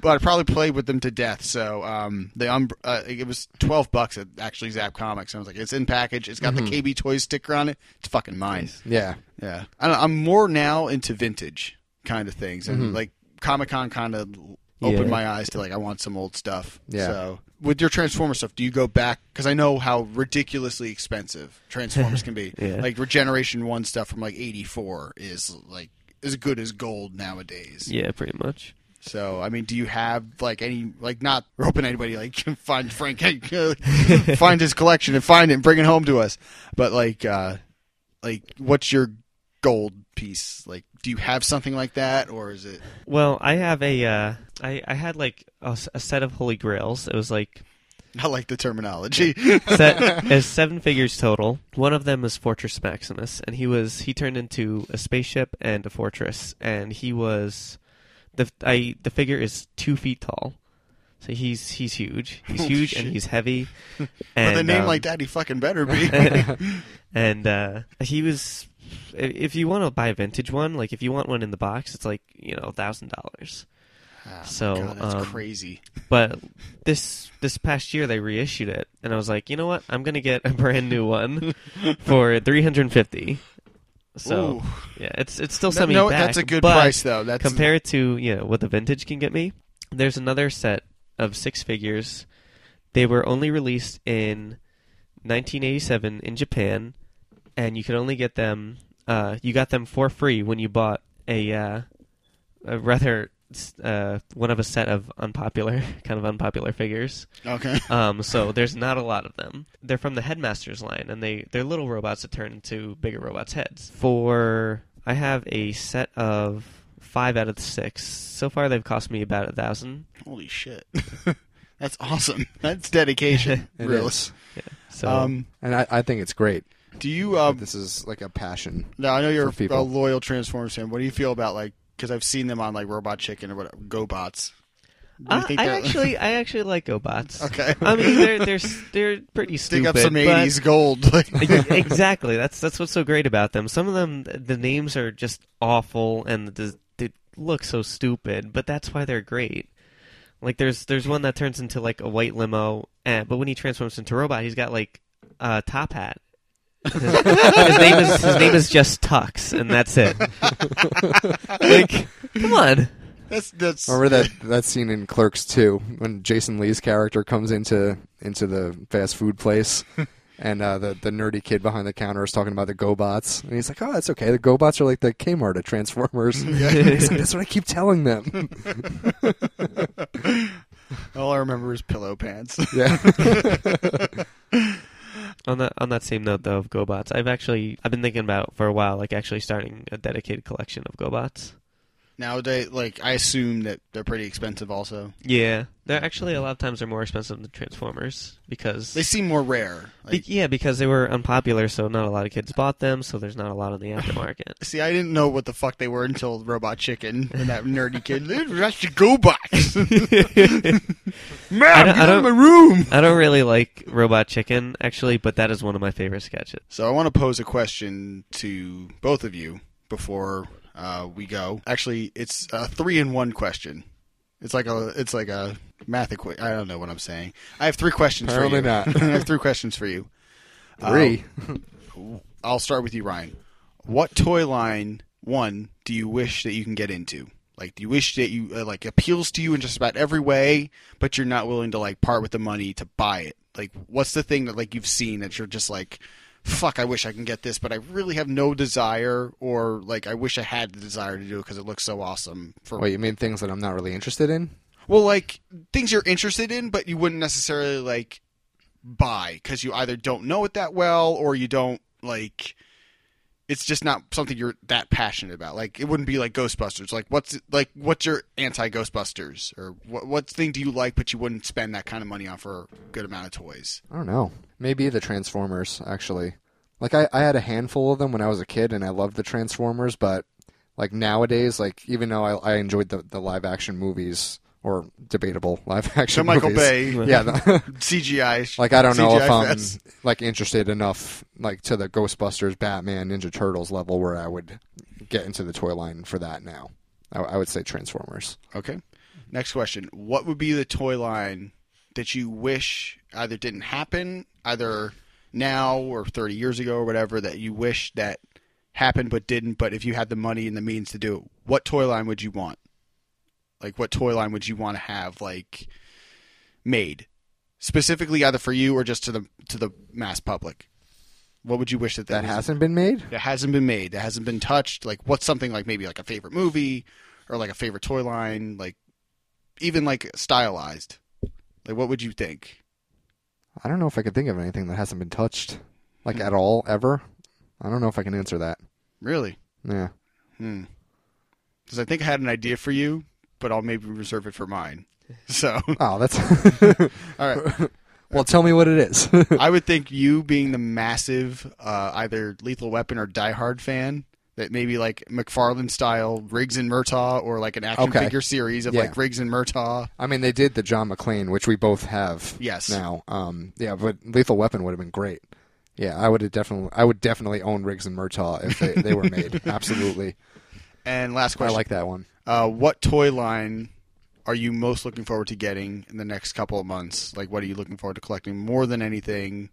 Speaker 1: but I probably played with them to death. So um, the um, uh, it was twelve bucks at actually Zap Comics. And I was like, it's in package. It's got
Speaker 3: Mm-hmm.
Speaker 1: the KB Toys sticker on it. It's fucking mine.
Speaker 3: Yeah.
Speaker 1: Yeah, I don't, I'm more now into vintage kind of things, and like Comic Con kind of opened
Speaker 2: Mm-hmm. Yeah.
Speaker 1: my eyes to like I want some old stuff.
Speaker 3: Yeah.
Speaker 1: So with your Transformer stuff, do you go back? Because I know how ridiculously expensive
Speaker 2: (laughs)
Speaker 1: Transformers can be.
Speaker 2: Yeah.
Speaker 1: Like Regeneration One stuff from like '84 is like as good as gold nowadays.
Speaker 2: Yeah, pretty much.
Speaker 1: So I mean, do you have like any like not we're hoping anybody like (laughs) can find Frank find his collection and find it and bring it home to us? But like, uh like what's your gold piece? Like, do you have something like that, or is it? (laughs)
Speaker 2: Well, I have a uh, I I had like a, s- a set of holy grails. It was like
Speaker 1: I like the terminology. (laughs)
Speaker 2: set is seven figures total. One of them is Fortress Maximus, and he was he turned into a spaceship and a fortress, and he was the I the figure is two feet tall. So he's he's huge. He's
Speaker 1: Holy
Speaker 2: huge
Speaker 1: shit.
Speaker 2: and he's heavy. And,
Speaker 1: (laughs) With a name
Speaker 2: um,
Speaker 1: like that, he fucking better
Speaker 2: (laughs)
Speaker 1: be. (laughs) Ah,
Speaker 2: and uh, he was i- if you want to buy a vintage one like if you want one in the box it's like you know thousand dollars
Speaker 1: Ah,
Speaker 2: So,
Speaker 1: God, that's
Speaker 2: um,
Speaker 1: crazy.
Speaker 2: but this this past year they reissued it
Speaker 1: (laughs)
Speaker 2: and i was like you know what i'm gonna get a brand new one for 350 So
Speaker 1: Ooh.
Speaker 2: yeah, it's it's still
Speaker 1: No,
Speaker 2: semi
Speaker 1: no,
Speaker 2: back.
Speaker 1: that's a good
Speaker 2: but
Speaker 1: price though. That's
Speaker 2: compared to you know what the vintage can get me. There's another set of six figures. They were only released in 1987 in Japan, and you could only get them. Uh, you got them for free when you bought a, uh, a rather uh, one of a set of unpopular, (laughs) kind of unpopular figures.
Speaker 1: okay. (laughs)
Speaker 2: Um, so there's not a lot of them. They're from the headmasters line, and they they're little robots that turn into bigger robots' heads. For I have a set of five out of the six. So far, they've cost me about a thousand.
Speaker 1: Holy shit. (laughs) That's awesome. That's
Speaker 2: (laughs)
Speaker 1: dedication.
Speaker 3: It
Speaker 1: really.
Speaker 3: is.
Speaker 2: So
Speaker 1: Um,
Speaker 3: And I, I think it's great.
Speaker 1: do you?
Speaker 3: that
Speaker 1: Um,
Speaker 3: this is like a passion.
Speaker 1: now I know you're
Speaker 3: for people.
Speaker 1: a loyal Transformers fan. What do you feel about like? Because I've seen them on like Robot Chicken or whatever, GoBots. Do you
Speaker 2: I,
Speaker 1: think
Speaker 2: I
Speaker 1: they're-
Speaker 2: actually I actually like
Speaker 1: (laughs)
Speaker 2: GoBots.
Speaker 1: Okay.
Speaker 2: I mean they're they're s- they're pretty stupid.
Speaker 1: (laughs) Stick up some
Speaker 2: but-
Speaker 1: '80s gold. (laughs)
Speaker 2: (laughs)
Speaker 1: Like,
Speaker 2: exactly. That's that's what's so great about them. Some of them, the names are just awful, and the, they look so stupid. But that's why they're great. Like there's there's one that turns into like a white limo, and, but when he transforms into a robot, he's got like a top hat. his name is his name is just Tux, and that's it. like, come on.
Speaker 1: that's that's.
Speaker 3: Remember that that scene in Clerks 2 when Jason Lee's character comes into into the fast food place and uh, the the nerdy kid behind the counter is talking about the GoBots and he's like, "Oh, that's okay. The GoBots are like the Kmart of Transformers." He's like, "That's what I keep telling them."
Speaker 1: All I remember is pillow pants. (laughs)
Speaker 3: yeah.
Speaker 2: On that on that same note though of GoBots, I've actually I've been thinking about for a while, like actually starting a dedicated collection of GoBots.
Speaker 1: Nowadays, like I assume that they're pretty expensive. Also,
Speaker 2: Yeah, they're actually a lot of times they're more expensive than Transformers because
Speaker 1: Mm-hmm. they seem more rare.
Speaker 2: be-
Speaker 1: Like,
Speaker 2: yeah because they were unpopular, so not a lot of kids bought them, so there's not a lot on
Speaker 1: (laughs)
Speaker 2: the aftermarket. (laughs)
Speaker 1: See, I didn't know what the fuck they were until Robot Chicken and that nerdy kid. That's the GoBots.
Speaker 2: I
Speaker 1: Man,
Speaker 2: don't-
Speaker 1: get out
Speaker 2: I
Speaker 1: of
Speaker 2: don't-
Speaker 1: my room.
Speaker 2: I don't really like Robot Chicken actually, but that is one of my favorite sketches.
Speaker 1: So I want to pose a question to both of you before uh, we go. Actually, it's a three-in-one question. It's like a it's like a math equation. I don't know what I'm saying. I have three questions.
Speaker 3: Apparently
Speaker 1: for you.
Speaker 3: not.
Speaker 1: (laughs) I have three questions for you. Uh,
Speaker 3: 3.
Speaker 1: I'll start with you, Ryan. What toy line one do you wish that you can get into? Like, do you wish that you uh, like appeals to you in just about every way, but you're not willing to like part with the money to buy it? Like, what's the thing that like you've seen that you're just like, fuck, I wish I can get this, but I really have no desire, or like I wish I had the desire to do it because it looks so awesome. For
Speaker 3: Wait, you mean things that I'm not really interested in?
Speaker 1: well, like things you're interested in, but you wouldn't necessarily like buy because you either don't know it that well or you don't like. It's just not something you're that passionate about. Like it wouldn't be like Ghostbusters. Like what's like what's your anti Ghostbusters or what what thing do you like but you wouldn't spend that kind of money on for a good amount of toys?
Speaker 3: I don't know. Maybe the Transformers, actually. Like I, I had a handful of them when I was a kid and I loved the Transformers, but like nowadays, like even though I, I enjoyed the, the live action movies or debatable (laughs) live action
Speaker 1: So Michael
Speaker 3: movies.
Speaker 1: Bay
Speaker 3: Yeah, the- (laughs)
Speaker 1: CGI.
Speaker 3: like I don't know if
Speaker 1: CGI
Speaker 3: I'm
Speaker 1: fest.
Speaker 3: like interested enough like to the Ghostbusters, Batman, Ninja Turtles level where I would get into the toy line for that now. I, I would say Transformers.
Speaker 1: Okay. Next question. What would be the toy line that you wish either didn't happen, either now or 30 years ago or whatever, that you wish that happened but didn't? But if you had the money and the means to do it, what toy line would you want? Like, what toy line would you want to have, like, made? Specifically, either for you or just to the to the mass public. What would you wish that
Speaker 3: That
Speaker 1: was-
Speaker 3: hasn't been made?
Speaker 1: that hasn't been made, that hasn't been touched. Like, what's something like maybe like a favorite movie or like a favorite toy line, like even like stylized. Like, what would you think?
Speaker 3: I don't know if I could think of anything that hasn't been touched, like at all, ever. I don't know if I can answer that.
Speaker 1: Really?
Speaker 3: (laughs) Yeah.
Speaker 1: Hmm. Because I think I had an idea for you, but I'll maybe reserve it for mine. (laughs) So,
Speaker 3: Oh, that's.
Speaker 1: all right.
Speaker 3: (laughs) well, tell me what it is. (laughs)
Speaker 1: I would think you being the massive uh, either Lethal Weapon or Die Hard fan. That maybe like McFarlane style Riggs and Murtaugh, or like an action
Speaker 3: Okay.
Speaker 1: figure series of
Speaker 3: Yeah.
Speaker 1: like Riggs and Murtaugh.
Speaker 3: I mean, they did the John McClane, which we both have.
Speaker 1: Yes.
Speaker 3: Now, um, yeah, but Lethal Weapon would have been great. Yeah, I would have definitely, I would definitely own Riggs and Murtaugh if they, they were (laughs) made. Absolutely,
Speaker 1: And last
Speaker 3: I
Speaker 1: question:
Speaker 3: like that one.
Speaker 1: Uh, what toy line are you most looking forward to getting in the next couple of months? Like, what are you looking forward to collecting more than anything?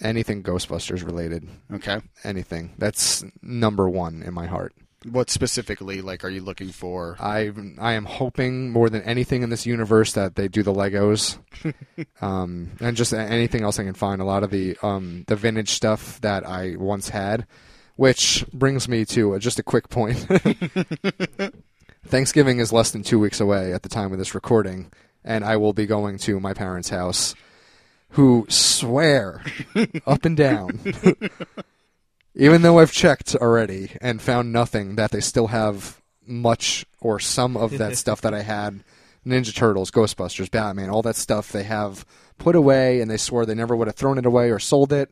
Speaker 3: anything Ghostbusters related,
Speaker 1: Okay.
Speaker 3: anything. That's number one in my heart.
Speaker 1: What specifically, like, are you looking for?
Speaker 3: I I am hoping more than anything in this universe that they do the Legos, um, and just a- anything else I can find. A lot of the um, the vintage stuff that I once had, which brings me to uh just a quick point. Thanksgiving is less than two weeks away at the time of this recording, and I will be going to my parents' house, who swear up and down. Even though I've checked already and found nothing, that they still have much or some of that stuff that I had Ninja Turtles, Ghostbusters, Batman, all that stuff they have put away and they swore they never would have thrown it away or sold it.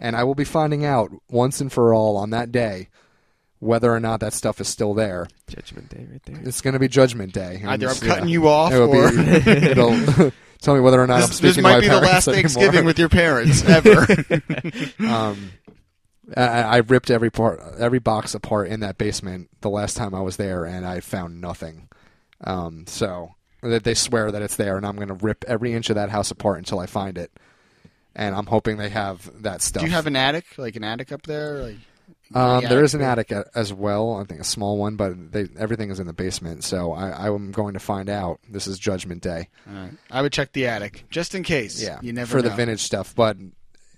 Speaker 3: And I will be finding out once and for all on that day whether or not that stuff is still there.
Speaker 2: Judgment Day right
Speaker 1: (laughs)
Speaker 2: there.
Speaker 3: It's going to be Judgment Day. and
Speaker 1: Either I'm
Speaker 3: it's-
Speaker 1: cutting
Speaker 3: yeah.
Speaker 1: you off,
Speaker 3: It'll,
Speaker 1: or
Speaker 3: uh, be, (laughs) it'll (laughs) tell me whether or not
Speaker 1: (laughs)
Speaker 3: I'm
Speaker 1: this, this
Speaker 3: speaking
Speaker 1: might
Speaker 3: to my
Speaker 1: be the
Speaker 3: parents
Speaker 1: last Thanksgiving
Speaker 3: (laughs) anymore.
Speaker 1: with your
Speaker 3: (laughs)
Speaker 1: parents ever.
Speaker 3: um, I, I ripped every part, every box apart in that basement the last time I was there, and I found nothing. Um, so that they swear that it's there, and I'm going to rip every inch of that house apart until I find it. And I'm hoping they have that stuff.
Speaker 1: Do you have an attic, like an attic up there? Like,
Speaker 3: Um,
Speaker 1: the
Speaker 3: there is an attic a- as well. I think a small one, but they, everything is in the basement. So I, I'm going to find out. This is Judgment Day.
Speaker 1: All right. I would check the attic just in case.
Speaker 3: Yeah,
Speaker 1: you never
Speaker 3: for
Speaker 1: know.
Speaker 3: the vintage stuff. But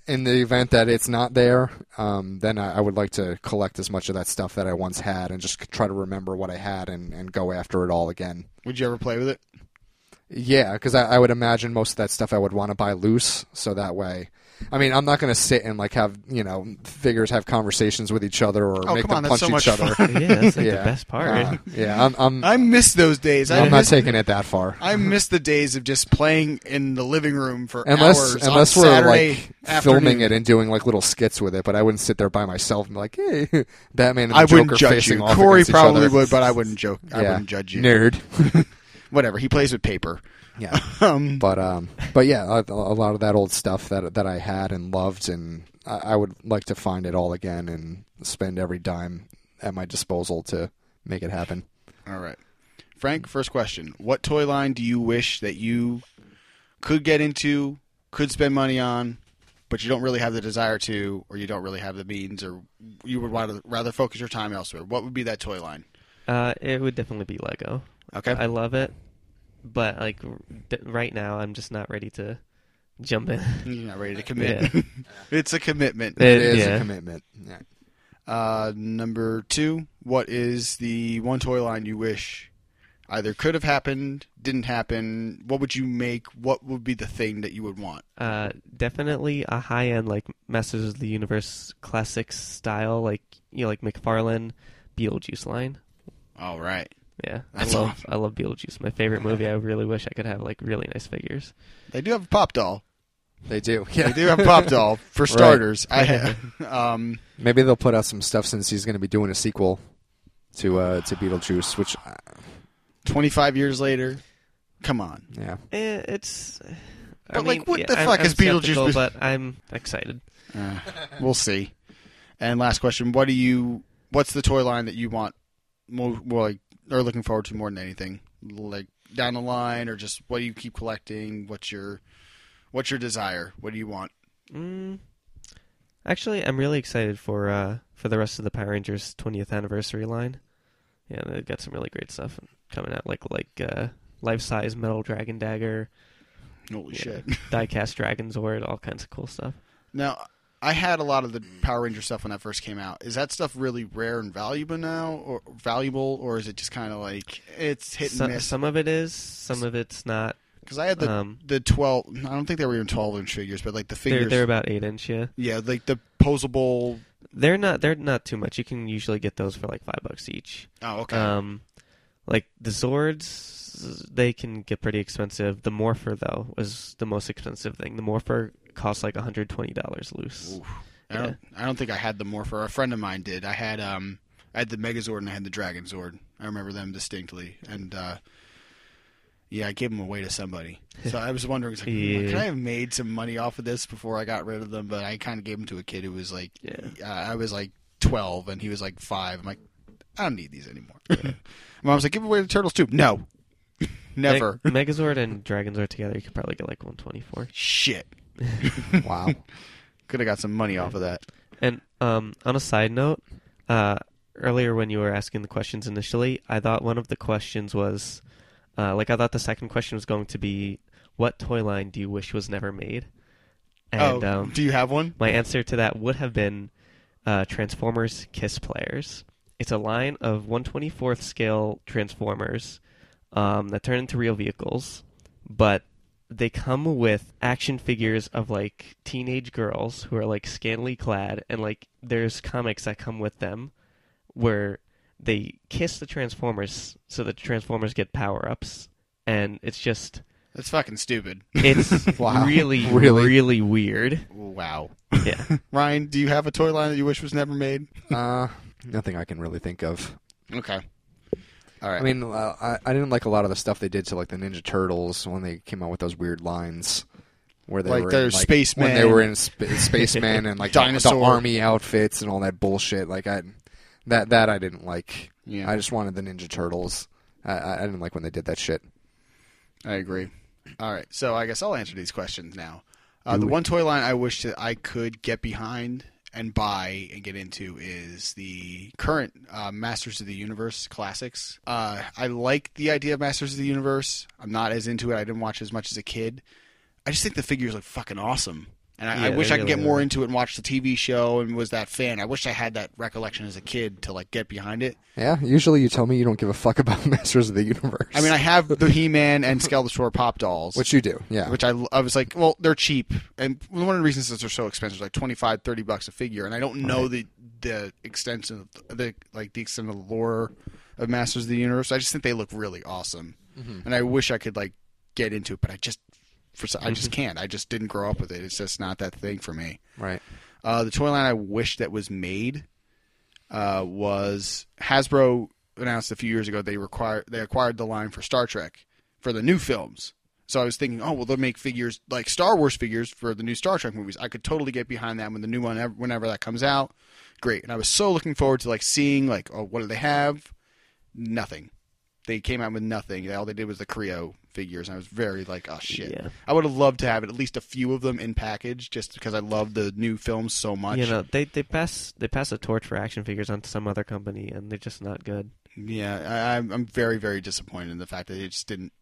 Speaker 3: in the event that it's not there, um, then I, I would like to collect as much of that stuff that I once had and just try to remember what I had and, and go after it all again.
Speaker 1: Would you ever play with it?
Speaker 3: Yeah, because I, I would imagine most of that stuff I would want to buy loose, so that way. I mean, I'm not going to sit and like have you know figures have conversations with each other or
Speaker 1: Oh,
Speaker 3: make
Speaker 1: come
Speaker 3: them
Speaker 1: on,
Speaker 3: punch
Speaker 1: that's so
Speaker 3: each
Speaker 1: much
Speaker 3: other. (laughs)
Speaker 1: fun.
Speaker 2: yeah, that's like
Speaker 3: yeah,
Speaker 2: the best part.
Speaker 1: Uh-huh.
Speaker 3: Uh, yeah, I'm I'm,
Speaker 1: I
Speaker 3: I'm,
Speaker 1: miss those days. I
Speaker 3: not
Speaker 1: miss,
Speaker 3: taking it that far.
Speaker 1: I miss the days of just playing in the living room for
Speaker 3: Unless
Speaker 1: hours
Speaker 3: unless
Speaker 1: on
Speaker 3: we're
Speaker 1: Saturday
Speaker 3: like
Speaker 1: afternoon.
Speaker 3: filming it and doing like little skits with it, but I wouldn't sit there by myself and be like, "Hey, (laughs) Batman and the
Speaker 1: I wouldn't
Speaker 3: Joker
Speaker 1: judge
Speaker 3: facing
Speaker 1: you.
Speaker 3: off
Speaker 1: Corey
Speaker 3: against each
Speaker 1: probably
Speaker 3: other."
Speaker 1: would, but I wouldn't joke. I
Speaker 3: Yeah.
Speaker 1: wouldn't judge you.
Speaker 3: nerd."
Speaker 1: Whatever. He plays with paper.
Speaker 3: yeah,
Speaker 1: (laughs) Um,
Speaker 3: but um, but yeah, a, a lot of that old stuff that that I had and loved, and I, I would like to find it all again and spend every dime at my disposal to make it happen.
Speaker 1: all right, Frank. First question: What toy line do you wish that you could get into, could spend money on, but you don't really have the desire to, or you don't really have the means, or you would rather rather focus your time elsewhere? What would be that toy line?
Speaker 2: Uh, it would definitely be Lego.
Speaker 1: Okay.
Speaker 2: I love it, but like r- d- right now, I'm just not ready to jump in.
Speaker 1: You're not ready to commit. (laughs) it's a commitment.
Speaker 2: It-
Speaker 3: It is
Speaker 2: yeah.
Speaker 3: a commitment. Yeah.
Speaker 1: Uh, number two, what is the one toy line you wish either could have happened, didn't happen? What would you make? What would be the thing that you would want?
Speaker 2: Uh, definitely a high end like Masters of the Universe classics style, like you know, like McFarlane Beetlejuice line.
Speaker 1: All right,
Speaker 2: Yeah,
Speaker 1: That's
Speaker 2: I love I love Beetlejuice. My favorite movie. I really wish I could have like really nice figures.
Speaker 1: they do have a pop doll.
Speaker 3: They do. (laughs)
Speaker 1: They do have a pop doll for starters. I um,
Speaker 3: Maybe they'll put out some stuff since he's going to be doing a sequel to uh, to Beetlejuice, which uh,
Speaker 1: twenty five years later, come on.
Speaker 3: yeah.
Speaker 2: Eh, it's. I
Speaker 1: But,
Speaker 2: mean,
Speaker 1: like, what
Speaker 2: yeah,
Speaker 1: the
Speaker 2: I'm-
Speaker 1: fuck
Speaker 2: I'm
Speaker 1: is Beetlejuice-
Speaker 2: skeptical, But I'm excited.
Speaker 1: Uh, we'll see. And last question: What do you? What's the toy line that you want more, more like, or looking forward to more than anything? Like down the line, or just what do you keep collecting? What's your, what's your desire? What do you want?
Speaker 2: Mm. Actually, I'm really excited for uh, for the rest of the Power Rangers 20th anniversary line. Yeah, they've got some really great stuff coming out, like like uh, life size metal dragon dagger,
Speaker 1: Holy
Speaker 2: yeah,
Speaker 1: shit!
Speaker 2: diecast dragon zord, all kinds of cool stuff.
Speaker 1: (laughs) Now, I had a lot of the Power Ranger stuff when that first came out. Is that stuff really rare and valuable now, or valuable, or is it just kind of like it's hit and
Speaker 2: some,
Speaker 1: miss?
Speaker 2: some of it is, some of it's not.
Speaker 1: Because I had the
Speaker 2: um,
Speaker 1: the twelve. I don't think they were even twelve inch figures, but like the
Speaker 2: they're
Speaker 1: figures.
Speaker 2: they're about eight inch. Yeah,
Speaker 1: yeah, like the posable.
Speaker 2: they're not they're not too much. You can usually get those for like five bucks each.
Speaker 1: Oh, okay.
Speaker 2: Um, like the Zords, they can get pretty expensive. The Morpher though was the most expensive thing. The Morpher costs like hundred twenty dollars loose.
Speaker 1: Oof. I don't, I don't think I had the Morpher. A friend of mine did. I had um I had the Megazord and I had the Dragonzord. I remember them distinctly. And uh yeah, I gave them away to
Speaker 2: (laughs)
Speaker 1: somebody. So I was wondering, it's like,
Speaker 2: Yeah.
Speaker 1: could I have made some money off of this before I got rid of them? But I kind of gave them to a kid who was like,
Speaker 2: Yeah.
Speaker 1: uh, I was like twelve and he was like five. I'm like, I don't need these
Speaker 2: (laughs)
Speaker 1: anymore. My mom's like, give away the turtles too. No, (laughs) never. (laughs)
Speaker 2: Me- (laughs) Megazord and Dragonzord together, you could probably get like one twenty four.
Speaker 1: Shit.
Speaker 3: Wow.
Speaker 1: Could have got some money off of that.
Speaker 2: And um, on a side note, uh, earlier when you were asking the questions initially, I thought one of the questions was, uh, like, I thought the second question was going to be, "What toy line do you wish was never made?" And
Speaker 1: oh,
Speaker 2: um,
Speaker 1: do you have one?
Speaker 2: my answer to that would have been uh, Transformers Kiss Players. It's a line of 124th scale Transformers um, that turn into real vehicles, but they come with action figures of like teenage girls who are like scantily clad, and like there's comics that come with them where they kiss the Transformers so the Transformers get power ups, and it's just
Speaker 1: That's fucking stupid.
Speaker 2: it's
Speaker 3: Wow.
Speaker 2: really,
Speaker 3: Really?
Speaker 2: really weird.
Speaker 1: (laughs) Wow.
Speaker 2: Yeah.
Speaker 1: Ryan, do you have a toy line that you wish was never made?
Speaker 3: Uh, nothing I can really think of.
Speaker 1: Okay. All right.
Speaker 3: I mean, uh, I, I didn't like a lot of the stuff they did to like the Ninja Turtles when they came out with those weird lines where they
Speaker 1: Like
Speaker 3: were
Speaker 1: their
Speaker 3: in, like,
Speaker 1: spaceman.
Speaker 3: when they were in sp- spaceman and like the- the
Speaker 1: Dinosaur.
Speaker 3: army outfits and all that bullshit. Like I, that that I didn't like.
Speaker 1: yeah,
Speaker 3: I
Speaker 1: I,
Speaker 3: just wanted the Ninja Turtles. I, I I didn't like when they did that shit.
Speaker 1: agree. All right. So I guess I'll answer these questions now. Uh, the one toy line I wish that I could get behind and buy and get into is the current uh, Masters of the Universe classics. Uh, I like the idea of Masters of the Universe. I'm not as into it. I didn't watch as much as a kid. I just think the figures look fucking awesome. And I, I
Speaker 2: Yeah,
Speaker 1: wish
Speaker 2: they
Speaker 1: I could
Speaker 2: really
Speaker 1: get more
Speaker 2: are.
Speaker 1: into it and watch the TV show and was that fan. I wish I had that recollection as a kid to like get behind it.
Speaker 3: Yeah, usually you tell me you don't give a fuck (laughs) about Masters of the Universe.
Speaker 1: I mean, I have
Speaker 2: (laughs)
Speaker 1: the He-Man and Skeletor pop dolls,
Speaker 3: which you do. Yeah,
Speaker 1: which I, I was like, well, they're cheap, and one of the reasons that they're so expensive is like 25, 30 bucks a figure, and I don't know the the extent of the like the extent of the lore of Masters of the Universe. I just think they look really awesome, and I wish I could like get into it, but I just for some- I just can't. I just didn't grow up with it. It's just not that thing for me.
Speaker 3: right.
Speaker 1: Uh, the toy line I wish that was made uh, was Hasbro announced a few years ago they require they acquired the line for Star Trek for the new films. So I was thinking, oh well, they'll make figures like Star Wars figures for the new Star Trek movies. I could totally get behind that when the new one ev- whenever that comes out. Great, and I was so looking forward to like seeing like oh what do they have? Nothing. They came out with nothing. All they did was the Creo figures, and I was very like, oh shit.
Speaker 2: Yeah.
Speaker 1: I would have loved to have it, at least a few of them in package, just because I love the new films so much.
Speaker 2: You know, they they pass they pass a torch for action figures onto some other company, and they're just not good.
Speaker 1: Yeah, I, I'm I'm very very disappointed in the fact that it just didn't.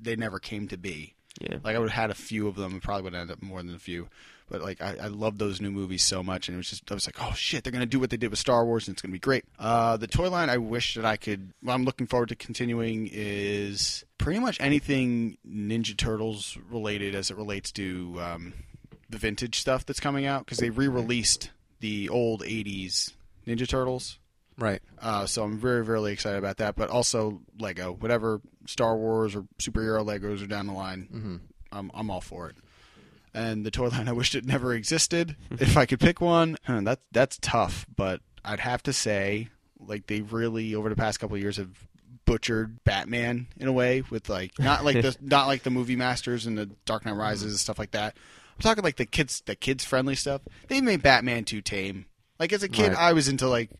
Speaker 1: They never came to be.
Speaker 2: Yeah,
Speaker 1: Like I would have had a few of them, and probably would end up more than a few. But like I, I love those new movies so much, and it was just I was like, oh shit, they're gonna do what they did with Star Wars, and it's gonna be great. Uh, the toy line I wish that I could. What I'm looking forward to continuing is pretty much anything Ninja Turtles related as it relates to um, the vintage stuff that's coming out because they re-released the old '80s Ninja Turtles.
Speaker 3: Right.
Speaker 1: Uh, so I'm very, very excited about that. But also Lego, whatever Star Wars or superhero Legos are down the line, I'm, I'm all for it. And the toy line, I wished it never existed. if I could pick one, huh, that that's tough. But I'd have to say, like they really over the past couple of years have butchered Batman in a way with like not like the not like the movie masters and the Dark Knight Rises and stuff like that. I'm talking like the kids the kids friendly stuff. They made Batman too tame. Like as a kid,
Speaker 3: Right.
Speaker 1: I was into like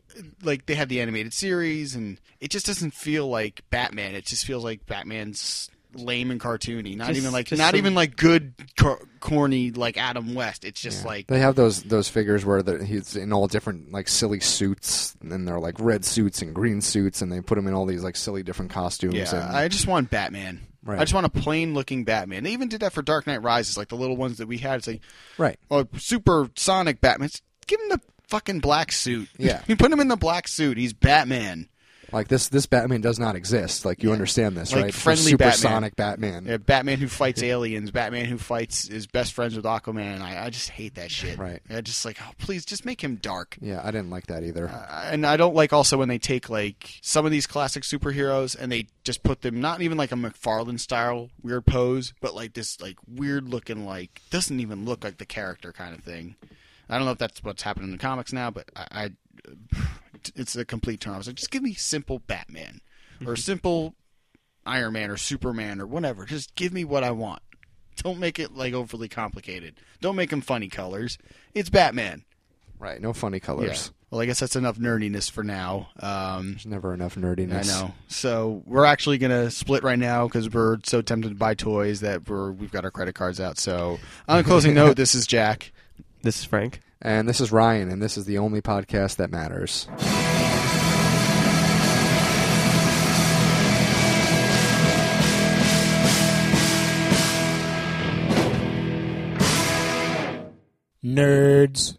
Speaker 1: like they had the animated series, and it just doesn't feel like Batman. It just feels like Batman's lame and cartoony. Not
Speaker 2: Just-
Speaker 1: even like
Speaker 2: just
Speaker 1: not
Speaker 2: some-
Speaker 1: even like good cor- corny like Adam West. It's just
Speaker 3: Yeah.
Speaker 1: like
Speaker 3: they have those those figures where the, he's in all different like silly suits, and they're like red suits and green suits, and they put him in all these like silly different costumes.
Speaker 1: yeah.
Speaker 3: and,
Speaker 1: I just want Batman.
Speaker 3: Right.
Speaker 1: I just want a plain looking Batman. They even did that for Dark Knight Rises, like the little ones that we had. It's like
Speaker 3: right.
Speaker 1: oh, super Sonic Batman. Just Give him the fucking black suit.
Speaker 3: Yeah.
Speaker 1: (laughs) you put him in the black suit. He's Batman.
Speaker 3: Like this this Batman does not exist. Like you understand this,
Speaker 1: Like
Speaker 3: right? He's
Speaker 1: friendly
Speaker 3: supersonic Batman.
Speaker 1: Yeah, Batman who fights aliens, Batman who fights is best friends with Aquaman. I, I just hate that shit.
Speaker 3: Right.
Speaker 1: I just like, oh, please, just make him dark.
Speaker 3: Yeah, I didn't like that either.
Speaker 1: Uh, And I don't like also when they take like some of these classic superheroes and they just put them not even like a McFarlane style weird pose, but like this like weird looking like doesn't even look like the character kind of thing. I don't know if that's what's happening in the comics now, but I, (sighs) I it's a complete turn off. So just give me simple Batman or simple Iron Man or Superman or whatever. Just give me what I want. Don't make it like overly complicated. Don't make them funny colors. It's Batman.
Speaker 3: right. No funny colors.
Speaker 1: Well, I guess that's enough nerdiness for now. Um,
Speaker 3: There's never enough
Speaker 1: I
Speaker 3: nerdiness.
Speaker 1: know. So we're actually gonna split right now because we're so tempted to buy toys that we're we've got our credit cards out. So on a closing note, this is Jack.
Speaker 2: This is Frank.
Speaker 3: And this is Ryan, and this is the only podcast that matters.
Speaker 4: Nerds.